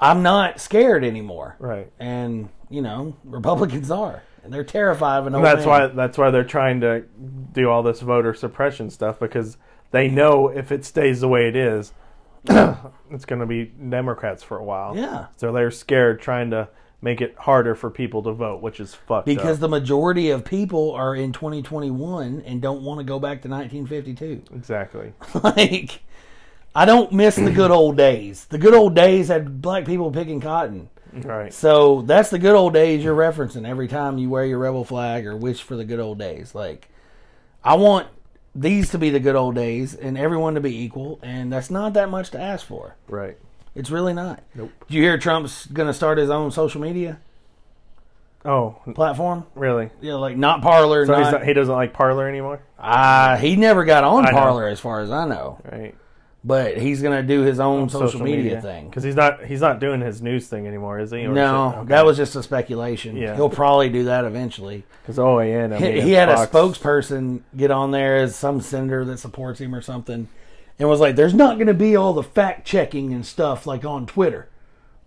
Speaker 1: I'm not scared anymore.
Speaker 2: right.
Speaker 1: And you know, Republicans are, and they're terrified of an old.
Speaker 2: And that's
Speaker 1: Oh, man.
Speaker 2: why that's why they're trying to do all this voter suppression stuff because they know if it stays the way it is, (coughs) it's going to be Democrats for a while.
Speaker 1: Yeah.
Speaker 2: So they're scared trying to make it harder for people to vote, which is fucked
Speaker 1: Because
Speaker 2: up.
Speaker 1: the majority of people are in 2021 and don't want to go back to 1952.
Speaker 2: exactly.
Speaker 1: (laughs) like I don't miss the good old days. The good old days had black people picking cotton.
Speaker 2: Right.
Speaker 1: So that's the good old days you're referencing every time you wear your rebel flag or wish for the good old days. Like I want these to be the good old days and everyone to be equal and that's not that much to ask for.
Speaker 2: Right.
Speaker 1: It's really not.
Speaker 2: Nope.
Speaker 1: Do you hear Trump's going to start his own social media
Speaker 2: Oh,
Speaker 1: platform?
Speaker 2: really?
Speaker 1: Yeah, like not Parlor,
Speaker 2: So he's
Speaker 1: not,
Speaker 2: not, he doesn't like parlor anymore.
Speaker 1: Ah, he never got on
Speaker 2: I know.
Speaker 1: Parlor as far as I know,
Speaker 2: Right.
Speaker 1: but he's going to do his own social, media thing.
Speaker 2: because he's not he's not doing his news thing anymore, is he? Or is
Speaker 1: No,
Speaker 2: it- okay.
Speaker 1: that was just a speculation.
Speaker 2: Yeah.
Speaker 1: He'll probably do that eventually.
Speaker 2: 'Cause oh, OAN. I
Speaker 1: He,
Speaker 2: mean,
Speaker 1: he had
Speaker 2: Fox-
Speaker 1: a spokesperson get on there as some senator that supports him or something and was like, there's not going to be all the fact checking and stuff like on Twitter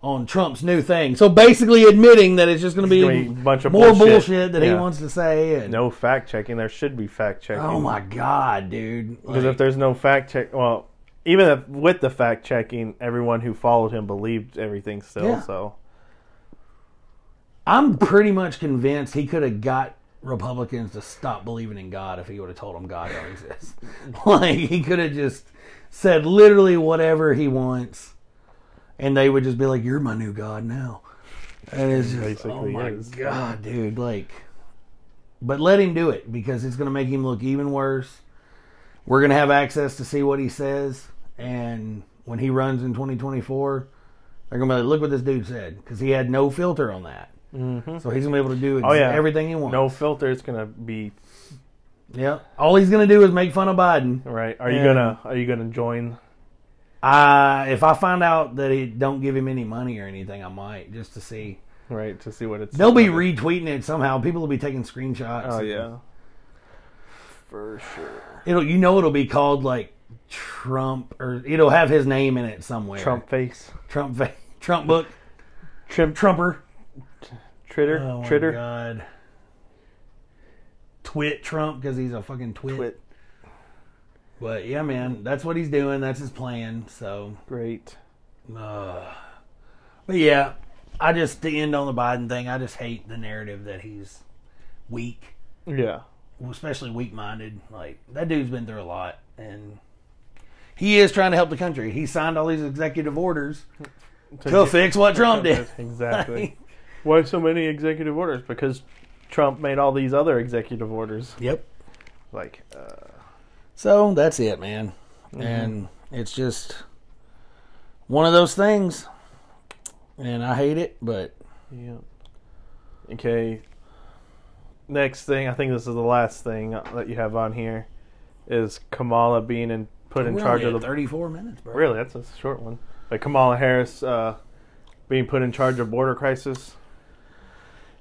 Speaker 1: on Trump's new thing. So basically admitting that it's just going to be
Speaker 2: gonna be a bunch of
Speaker 1: more bullshit,
Speaker 2: bullshit.
Speaker 1: that he
Speaker 2: Yeah.
Speaker 1: wants to say. And,
Speaker 2: No fact checking. There should be fact checking.
Speaker 1: Oh my God, dude.
Speaker 2: Because
Speaker 1: Like,
Speaker 2: if there's no fact check, well, even if, with the fact checking, everyone who followed him believed everything still.
Speaker 1: Yeah.
Speaker 2: So
Speaker 1: I'm pretty much convinced he could have got Republicans to stop believing in God if he would have told them God don't exist. (laughs) like he could have just said literally whatever he wants, and they would just be like, "You're my new God now." And it's just, oh
Speaker 2: Basically
Speaker 1: my
Speaker 2: is.
Speaker 1: god, dude! Like, but let him do it because it's gonna make him look even worse. We're gonna have access to see what he says, and when he runs in 2024, they're gonna be like, "Look what this dude said," because he had no filter on that. So he's gonna be able to do ex-
Speaker 2: Oh, yeah.
Speaker 1: everything he wants.
Speaker 2: no filter is gonna be
Speaker 1: Yeah. All he's gonna do is make fun of Biden.
Speaker 2: right. Are you
Speaker 1: Yeah.
Speaker 2: gonna Are you gonna join?
Speaker 1: Uh, if I find out that he don't give him any money or anything, I might just to see.
Speaker 2: Right to see what it's.
Speaker 1: They'll be retweeting it somehow. People will be taking screenshots.
Speaker 2: Oh
Speaker 1: and
Speaker 2: yeah. For sure.
Speaker 1: It'll you know it'll be called like Trump or it'll have his name in it somewhere.
Speaker 2: Trump face.
Speaker 1: Trump fa- (laughs) Trump book.
Speaker 2: Trim
Speaker 1: Trumper.
Speaker 2: Tritter
Speaker 1: Oh my
Speaker 2: Tritter
Speaker 1: god. Twit Trump because he's a fucking twit.
Speaker 2: Twit.
Speaker 1: But yeah, man, that's what he's doing. That's his plan. So
Speaker 2: Great.
Speaker 1: Uh, but yeah, I just to end on the Biden thing. I just hate the narrative that he's weak,
Speaker 2: Yeah.
Speaker 1: especially weak-minded. Like that dude's been through a lot, and he is trying to help the country. He signed all these executive orders to, fix what
Speaker 2: (laughs)
Speaker 1: Trump did.
Speaker 2: Exactly. Why so many executive orders? Because Trump made all these other executive orders.
Speaker 1: (laughs) yep.
Speaker 2: Like, uh,
Speaker 1: So that's it, man. And it's just one of those things, and I hate it, but
Speaker 2: Yeah. Okay. Next thing, I think this is the last thing that you have on here, is Kamala being in, put in
Speaker 1: we're
Speaker 2: charge
Speaker 1: only
Speaker 2: of
Speaker 1: at
Speaker 2: the.
Speaker 1: thirty-four minutes, bro.
Speaker 2: Really, that's a short one. But Kamala Harris uh, being put in charge of border crisis.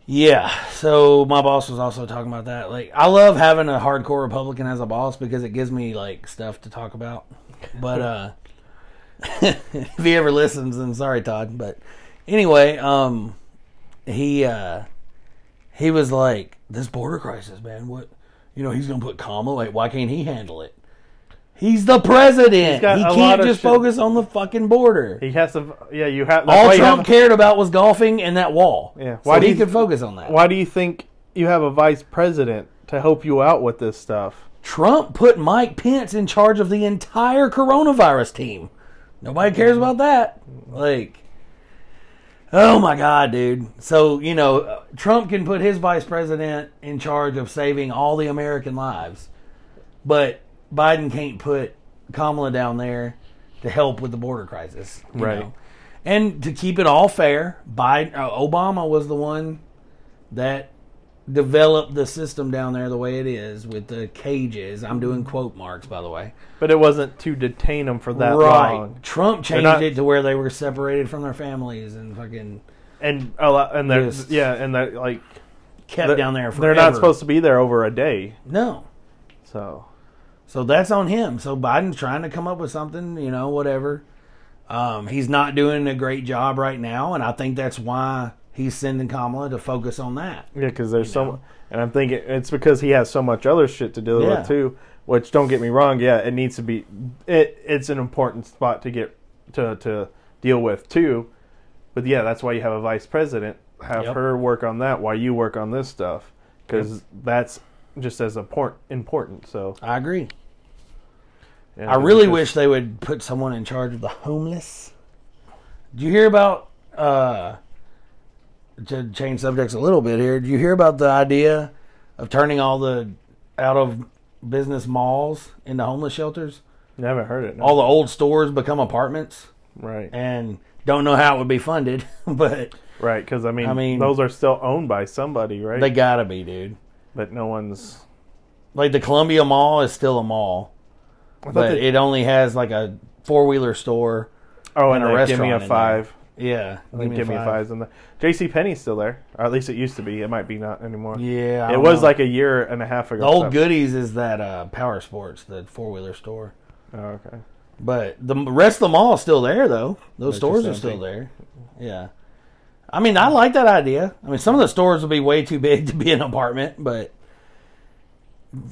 Speaker 1: Yeah. So my boss was also talking about that. Like, I love having a hardcore Republican as a boss because it gives me like stuff to talk about. But uh (laughs) if he ever listens, then sorry, Todd. But anyway, um, he uh he was like, "This border crisis, man. What you know, he's going to put Kamala. Like, why can't he handle it? He's the president.
Speaker 2: got
Speaker 1: he
Speaker 2: a lot
Speaker 1: can't
Speaker 2: of
Speaker 1: just
Speaker 2: shit.
Speaker 1: focus on the fucking border.
Speaker 2: He has to. Yeah, you have. that's
Speaker 1: All
Speaker 2: why you
Speaker 1: Trump
Speaker 2: have-
Speaker 1: cared about was golfing and that wall.
Speaker 2: Yeah.
Speaker 1: Why
Speaker 2: Why
Speaker 1: so
Speaker 2: do
Speaker 1: he
Speaker 2: you-
Speaker 1: could focus on that?
Speaker 2: Why do you think you have a vice president to help you out with this stuff?
Speaker 1: Trump put Mike Pence in charge of the entire coronavirus team. Nobody cares about that. Like, oh my God, dude. So, you know, uh, Trump can put his vice president in charge of saving all the American lives, but Biden can't put Kamala down there to help with the border crisis. you
Speaker 2: Right.
Speaker 1: know? And to keep it all fair, Biden, uh, Obama was the one that developed the system down there the way it is with the cages. I'm doing quote marks, by the way.
Speaker 2: But it wasn't to detain him for that long.
Speaker 1: Trump changed
Speaker 2: not-
Speaker 1: it to where they were separated from their families and fucking
Speaker 2: And a lot, and they're
Speaker 1: Yes.
Speaker 2: yeah, and they're like
Speaker 1: kept
Speaker 2: they're,
Speaker 1: down there
Speaker 2: They're
Speaker 1: forever.
Speaker 2: not supposed to be there over a day.
Speaker 1: No.
Speaker 2: So
Speaker 1: So that's on him. So Biden's trying to come up with something, you know, whatever. Um, he's not doing a great job right now, and I think that's why he's sending Kamala to focus on that.
Speaker 2: yeah, because there's so,
Speaker 1: know.
Speaker 2: and I'm thinking it's because he has so much other shit to deal
Speaker 1: Yeah.
Speaker 2: with too. Which don't get me wrong, yeah, it needs to be. It it's an important spot to get to to deal with too. But yeah, that's why you have a vice president. Have
Speaker 1: Yep.
Speaker 2: her work on that while you work on this stuff because that's just as important. Important. So
Speaker 1: I agree.
Speaker 2: yeah,
Speaker 1: I really
Speaker 2: because-
Speaker 1: wish they would put someone in charge of the homeless. Did you hear about uh to change subjects a little bit here, did you hear about the idea of turning all the out of business malls into homeless shelters?
Speaker 2: I haven't heard it. No.
Speaker 1: All the old stores become apartments
Speaker 2: right.
Speaker 1: and don't know how it would be funded, (laughs) but
Speaker 2: Right, because I mean,
Speaker 1: I mean-
Speaker 2: those are still owned by somebody, right?
Speaker 1: they gotta be, dude.
Speaker 2: but no one's.
Speaker 1: Like the Columbia Mall is still a mall,
Speaker 2: I thought
Speaker 1: but
Speaker 2: they-
Speaker 1: it only has like a four wheeler store.
Speaker 2: oh,
Speaker 1: and
Speaker 2: and
Speaker 1: a
Speaker 2: they give me
Speaker 1: restaurant
Speaker 2: a
Speaker 1: in
Speaker 2: five.
Speaker 1: Yeah,
Speaker 2: Give me, give me a fives in the J.C. Penney's still there, or at least it used to be. It might be not anymore.
Speaker 1: Yeah, I
Speaker 2: it
Speaker 1: don't
Speaker 2: was
Speaker 1: know.
Speaker 2: like a year and a half ago.
Speaker 1: The old
Speaker 2: so-
Speaker 1: goodies is that uh, Power Sports, the four wheeler store.
Speaker 2: Oh, okay.
Speaker 1: But the m- rest of the mall is still there, though. Those
Speaker 2: They're
Speaker 1: stores are
Speaker 2: just
Speaker 1: still
Speaker 2: empty.
Speaker 1: there. Yeah. I mean, I like that idea. I mean, some of the stores would be way too big to be an apartment, but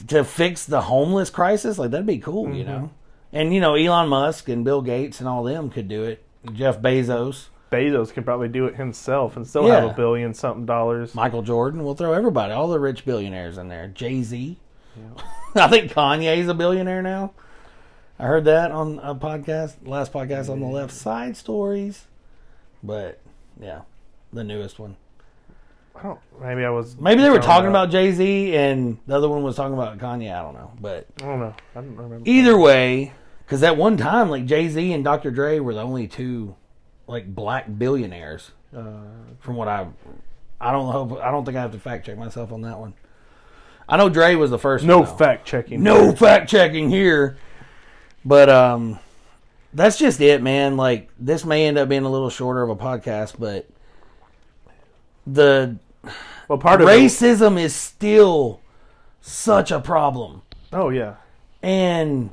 Speaker 1: to fix the homeless crisis, like that'd be cool, you know. And you know, Elon Musk and Bill Gates and all them could do it. Jeff Bezos,
Speaker 2: Bezos could probably do it himself and still have
Speaker 1: Yeah.
Speaker 2: a billion something dollars.
Speaker 1: Michael Jordan. We'll throw everybody, all the rich billionaires in there. Jay Z. (laughs) I think Kanye's a billionaire now. I heard that on a podcast, last podcast on the left side stories. But yeah, the newest one.
Speaker 2: I don't. Maybe I was.
Speaker 1: Maybe they were
Speaker 2: zoned
Speaker 1: talking
Speaker 2: out.
Speaker 1: about Jay Z and the other one was talking about Kanye. I don't know. But
Speaker 2: I don't know. I don't remember.
Speaker 1: either way, because at one time, like Jay Z and Dr. Dre were the only two like black billionaires.
Speaker 2: Uh,
Speaker 1: from what I, I don't hope. I don't think I have to fact check myself on that one. I know Dre was the first.
Speaker 2: no
Speaker 1: one, though.
Speaker 2: fact checking.
Speaker 1: no fact checking here, but um, that's just it, man. Like this may end up being a little shorter of a podcast, but the
Speaker 2: Well, part of It,
Speaker 1: racism is still such a problem
Speaker 2: oh yeah.
Speaker 1: and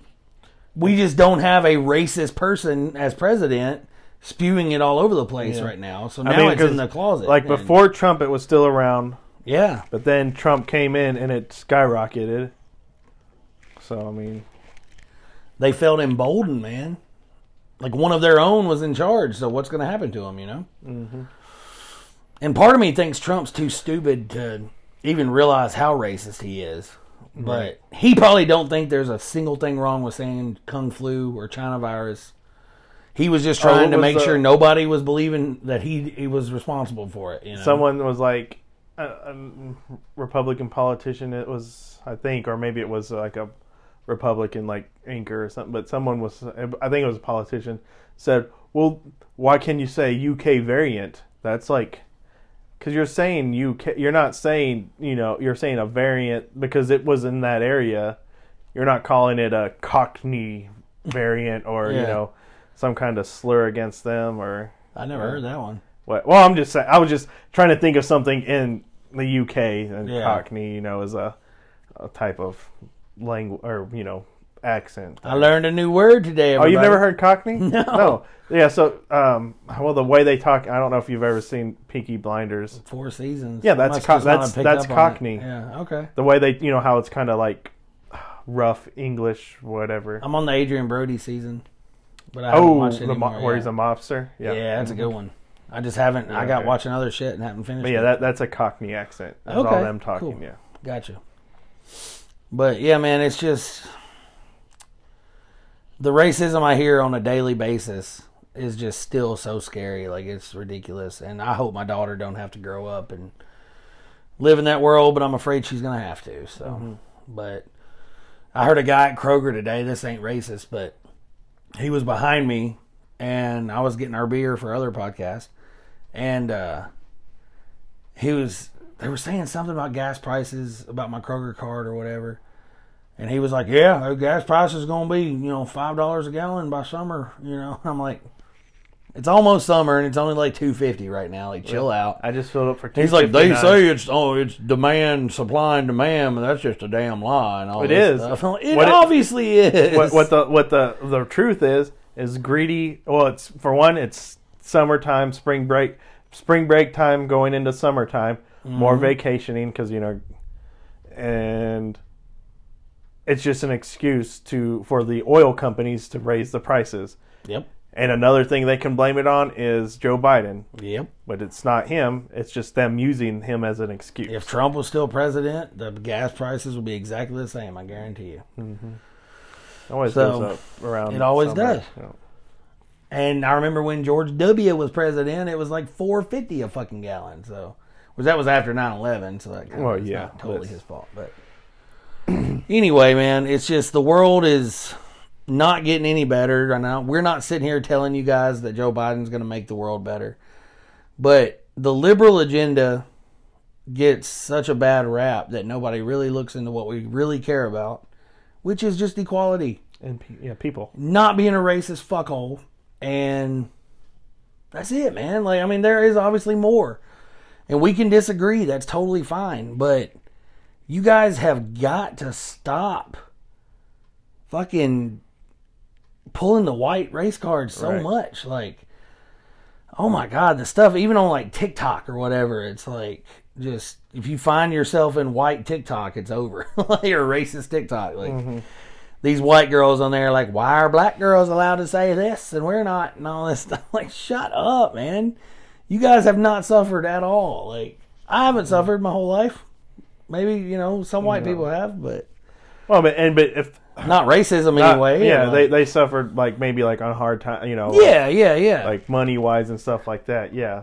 Speaker 1: we just don't have a racist person as president spewing it all over the place right now. So now
Speaker 2: I mean,
Speaker 1: it's in
Speaker 2: 'cause,
Speaker 1: the closet.
Speaker 2: Like
Speaker 1: and-
Speaker 2: before Trump, it was still around.
Speaker 1: yeah,
Speaker 2: But then Trump came in and it skyrocketed. So I mean,
Speaker 1: they felt emboldened, man. Like one of their own was in charge. So what's going to happen to them? You know. Mm-hmm. And part of me thinks Trump's too stupid to even realize how racist he is. But he probably don't think there's a single thing wrong with saying kung flu or China virus. He was just
Speaker 2: Oh, what
Speaker 1: trying to
Speaker 2: was
Speaker 1: make
Speaker 2: the-
Speaker 1: sure nobody was believing that he he was responsible for it. You know?
Speaker 2: someone was like a, a Republican politician. It was I think, or maybe it was like a Republican like anchor or something. But someone was I think it was a politician said, "Well, why can you say UK variant? That's like." Because you're saying UK, you're not saying you know, you're saying a variant because it was in that area. You're not calling it a Cockney variant or
Speaker 1: Yeah.
Speaker 2: you know, some kind of slur against them or
Speaker 1: I never heard that one.
Speaker 2: what? Well, I'm just saying. I was just trying to think of something in the UK and
Speaker 1: Yeah.
Speaker 2: Cockney. You know, is a, a type of language or you know accent.
Speaker 1: I learned a new word today.
Speaker 2: Oh,
Speaker 1: Everybody.
Speaker 2: you've never
Speaker 1: (laughs)
Speaker 2: heard Cockney? No. Yeah. So, um, well, the way they talk, I don't know if you've ever seen Peaky Blinders.
Speaker 1: Four seasons.
Speaker 2: Yeah, that's
Speaker 1: Must
Speaker 2: co-
Speaker 1: just not
Speaker 2: that's-
Speaker 1: have picked
Speaker 2: that's
Speaker 1: up on it.
Speaker 2: Cockney.
Speaker 1: Yeah. Okay.
Speaker 2: The way they, you know, how it's kind of like rough English, whatever.
Speaker 1: I'm on the Adrian Brody season, but I haven't
Speaker 2: oh,
Speaker 1: watched it
Speaker 2: the mo-
Speaker 1: anymore.
Speaker 2: where
Speaker 1: yet.
Speaker 2: he's a mobster. Yeah.
Speaker 1: yeah. that's a good one. I just haven't. I got
Speaker 2: Okay.
Speaker 1: watching other shit and haven't finished.
Speaker 2: But yeah,
Speaker 1: it.
Speaker 2: that that's a Cockney accent. That's
Speaker 1: Okay,
Speaker 2: all them talking.
Speaker 1: cool.
Speaker 2: Yeah.
Speaker 1: Gotcha. But yeah, man, it's just the racism I hear on a daily basis is just still so scary. Like it's ridiculous, and I hope my daughter don't have to grow up and live in that world. But I'm afraid she's gonna have to. So, but I heard a guy at Kroger today. This ain't racist, but he was behind me, and I was getting our beer for other podcasts, and uh, he was they were saying something about gas prices about my Kroger card or whatever. And he was like, "Yeah, the gas price is going to be, you know, five dollars a gallon by summer." You know, (laughs) I'm like, "It's almost summer, and it's only like two fifty right now. Like, chill out."
Speaker 2: I just filled up for.
Speaker 3: He's like, they
Speaker 2: 259.
Speaker 3: say it's oh, it's demand, supply and demand, and that's just a damn lie. And all
Speaker 2: It
Speaker 3: this
Speaker 2: is.
Speaker 3: stuff. (laughs) It
Speaker 2: What it-
Speaker 1: obviously is.
Speaker 2: what,
Speaker 3: (laughs)
Speaker 2: what the what the the truth is is greedy. Well, it's for one, it's summertime, spring break, spring break time going into summertime,
Speaker 1: Mm-hmm.
Speaker 2: more vacationing because you know, and it's just an excuse to for the oil companies to raise the prices.
Speaker 1: Yep.
Speaker 2: And another thing they can blame it on is Joe Biden,
Speaker 1: Yep.
Speaker 2: but it's not him. It's just them using him as an excuse.
Speaker 1: If Trump was still president, the gas prices would be exactly the same. I guarantee you.
Speaker 2: it always
Speaker 1: so,
Speaker 2: goes up around.
Speaker 1: it always does.
Speaker 2: you know.
Speaker 1: And I remember when George W. was president, it was like four fifty a fucking gallon. So, which that was after 9-11, so that kind
Speaker 2: Well,
Speaker 1: of,
Speaker 2: yeah,
Speaker 1: not totally
Speaker 2: that's-
Speaker 1: his fault. But (clears throat) anyway, man, it's just the world is not getting any better right now. We're not sitting here telling you guys that Joe Biden's going to make the world better, but the liberal agenda gets such a bad rap that nobody really looks into what we really care about, which is just equality
Speaker 2: And pe- yeah, people.
Speaker 1: not being a racist fuckhole, and that's it, man. Like, I mean, there is obviously more, and we can disagree. That's totally fine, but you guys have got to stop fucking pulling the white race card so
Speaker 2: Right.
Speaker 1: much. Like, oh my god, the stuff even on like TikTok or whatever. It's like just if you find yourself in white TikTok, it's over. (laughs) like or racist TikTok, like these white girls on there like why are black girls allowed to say this and we're not and all this stuff (laughs) like shut up man you guys have not suffered at all like i haven't suffered my whole life maybe you know some white people have but
Speaker 2: Well, but and but if
Speaker 1: not racism
Speaker 2: Uh,
Speaker 1: anyway
Speaker 2: yeah,
Speaker 1: like-
Speaker 2: they, they suffered like maybe like on hard time, you know.
Speaker 1: yeah yeah yeah
Speaker 2: Like, money wise and stuff like that. Yeah.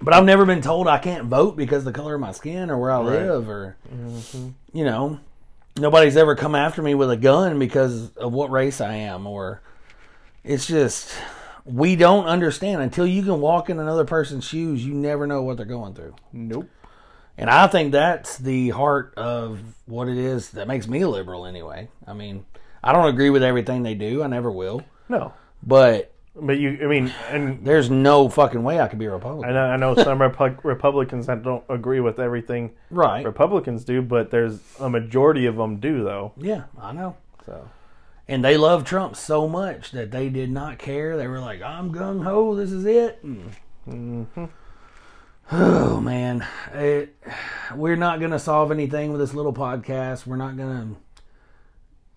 Speaker 1: but I've never been told I can't vote because of the color of my skin or where I live or
Speaker 2: Mm-hmm.
Speaker 1: you know nobody's ever come after me with a gun because of what race I am or it's just we don't understand until you can walk in another person's shoes you never know what they're going through
Speaker 2: Nope.
Speaker 1: and I think that's the heart of what it is that makes me a liberal anyway I mean I don't agree with everything they do I never will
Speaker 2: No.
Speaker 1: but
Speaker 2: But you, I mean, and
Speaker 1: there's no fucking way I could be a Republican
Speaker 2: I know, I
Speaker 1: (laughs)
Speaker 2: know some Repu- Republicans that don't agree with everything
Speaker 1: right
Speaker 2: Republicans do, but there's a majority of them do though.
Speaker 1: yeah I know
Speaker 2: So
Speaker 1: and they love Trump so much that they did not care. They were like, "I'm gung ho. This is it." And- (sighs) Oh man, it, we're not gonna solve anything with this little podcast. We're not gonna,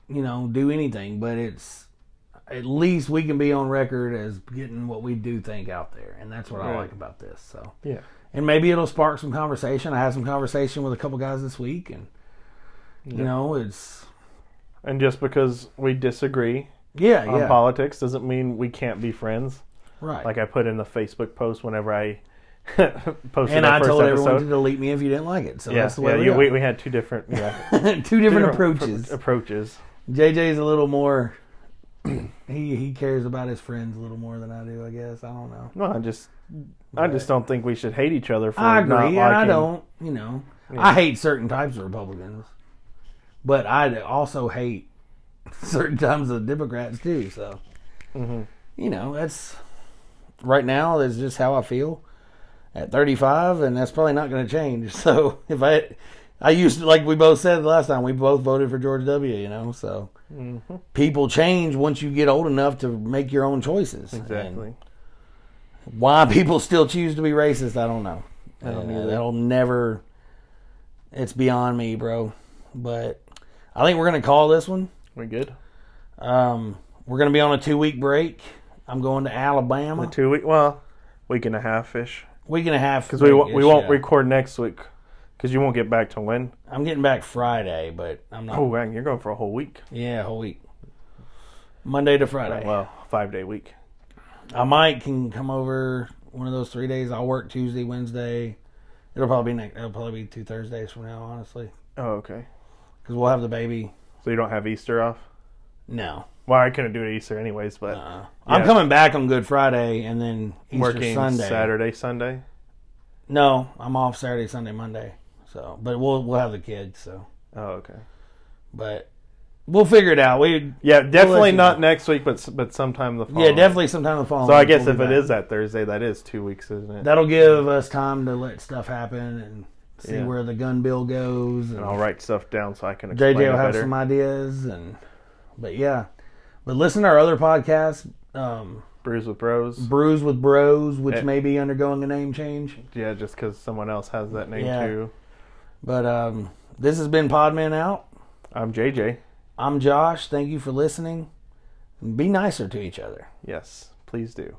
Speaker 1: you know, do anything. But it's at least we can be on record as getting what we do think out there, and that's what I
Speaker 2: Right.
Speaker 1: like about this. So
Speaker 2: yeah,
Speaker 1: and maybe it'll spark some conversation. I had some conversation with a couple guys this week, and you know, it's
Speaker 2: and just because we disagree
Speaker 1: yeah,
Speaker 2: on
Speaker 1: yeah,
Speaker 2: politics doesn't mean we can't be friends.
Speaker 1: right.
Speaker 2: Like I put in the Facebook post whenever I (laughs) posted
Speaker 1: and
Speaker 2: our
Speaker 1: I
Speaker 2: first
Speaker 1: told
Speaker 2: episode.
Speaker 1: everyone to delete me if you didn't like it. So
Speaker 2: yeah,
Speaker 1: that's the way
Speaker 2: yeah,
Speaker 1: we,
Speaker 2: you-
Speaker 1: are.
Speaker 2: we (laughs) we had two different yeah
Speaker 1: (laughs)
Speaker 2: two (laughs)
Speaker 1: two different
Speaker 2: appro-
Speaker 1: approaches.
Speaker 2: approaches.
Speaker 1: JJ's a little more. (clears throat) he he cares about his friends a little more than I do. I guess I don't know.
Speaker 2: No, I just, I just don't think we should hate each other for
Speaker 1: I agree,
Speaker 2: not
Speaker 1: and I
Speaker 2: liking-
Speaker 1: don't. You know, I hate certain types of Republicans, but I also hate (laughs) certain types of Democrats too. So,
Speaker 2: Mm-hmm.
Speaker 1: you know, that's right now. That's just how I feel at 35, and that's probably not going to change. (laughs) So if I I used to, like we both said last time, we both voted for George W. You know, so
Speaker 2: Mm-hmm.
Speaker 1: people change once you get old enough to make your own choices. And
Speaker 2: Exactly.
Speaker 1: why people still choose to be racist, I don't know. I
Speaker 2: don't either.
Speaker 1: That'll never. It's beyond me, bro. But I think we're gonna call this one.
Speaker 2: We good?
Speaker 1: Um, we're gonna be on a two week break. I'm going to Alabama.
Speaker 2: Two week, well, week and a half ish.
Speaker 1: Week and a half.
Speaker 2: Because we won't- we won't
Speaker 1: Yeah.
Speaker 2: record next week. Because you won't get back to when?
Speaker 1: I'm getting back Friday, but I'm not.
Speaker 2: Oh, dang, you're going for a whole week. Oh,
Speaker 1: Yeah, whole week. Monday to Friday.
Speaker 2: Well, five day week.
Speaker 1: I might can come over one of those three days. I'll work Tuesday, Wednesday. It'll probably be next, it'll probably be two Thursdays from now, honestly,
Speaker 2: Oh, okay.
Speaker 1: because we'll have the baby.
Speaker 2: So you don't have Easter off?
Speaker 1: No,
Speaker 2: Well, I couldn't do it Easter anyways, but
Speaker 1: uh, I'm
Speaker 2: Yeah.
Speaker 1: coming back on Good Friday and then Easter
Speaker 2: working
Speaker 1: Sunday.
Speaker 2: Saturday, Sunday.
Speaker 1: No, I'm off Saturday, Sunday, Monday. So, but we'll we'll have the kids. So,
Speaker 2: Oh, okay.
Speaker 1: but we'll figure it out. We
Speaker 2: Yeah, definitely
Speaker 1: you
Speaker 2: not next week, but s- but sometime the following.
Speaker 1: yeah, definitely sometime the following.
Speaker 2: So I
Speaker 1: week
Speaker 2: guess
Speaker 1: we'll
Speaker 2: if
Speaker 1: be
Speaker 2: it
Speaker 1: back.
Speaker 2: is that Thursday, that is two weeks, isn't it?
Speaker 1: that'll give us time to let stuff happen and see
Speaker 2: Yeah.
Speaker 1: where the gun bill goes.
Speaker 2: and I'll write stuff down so I can explain
Speaker 1: JJ
Speaker 2: it
Speaker 1: will have
Speaker 2: better.
Speaker 1: some ideas, and but yeah, but listen to our other podcast, um,
Speaker 2: Brews with Bros.
Speaker 1: Brews with Bros, which
Speaker 2: Eh.
Speaker 1: may be undergoing a name change.
Speaker 2: yeah, just because someone else has that name
Speaker 1: Yeah.
Speaker 2: too.
Speaker 1: But um, this has been Podman out.
Speaker 2: I'm JJ.
Speaker 1: I'm Josh. Thank you for listening. Be nicer to each other.
Speaker 2: Yes, please do.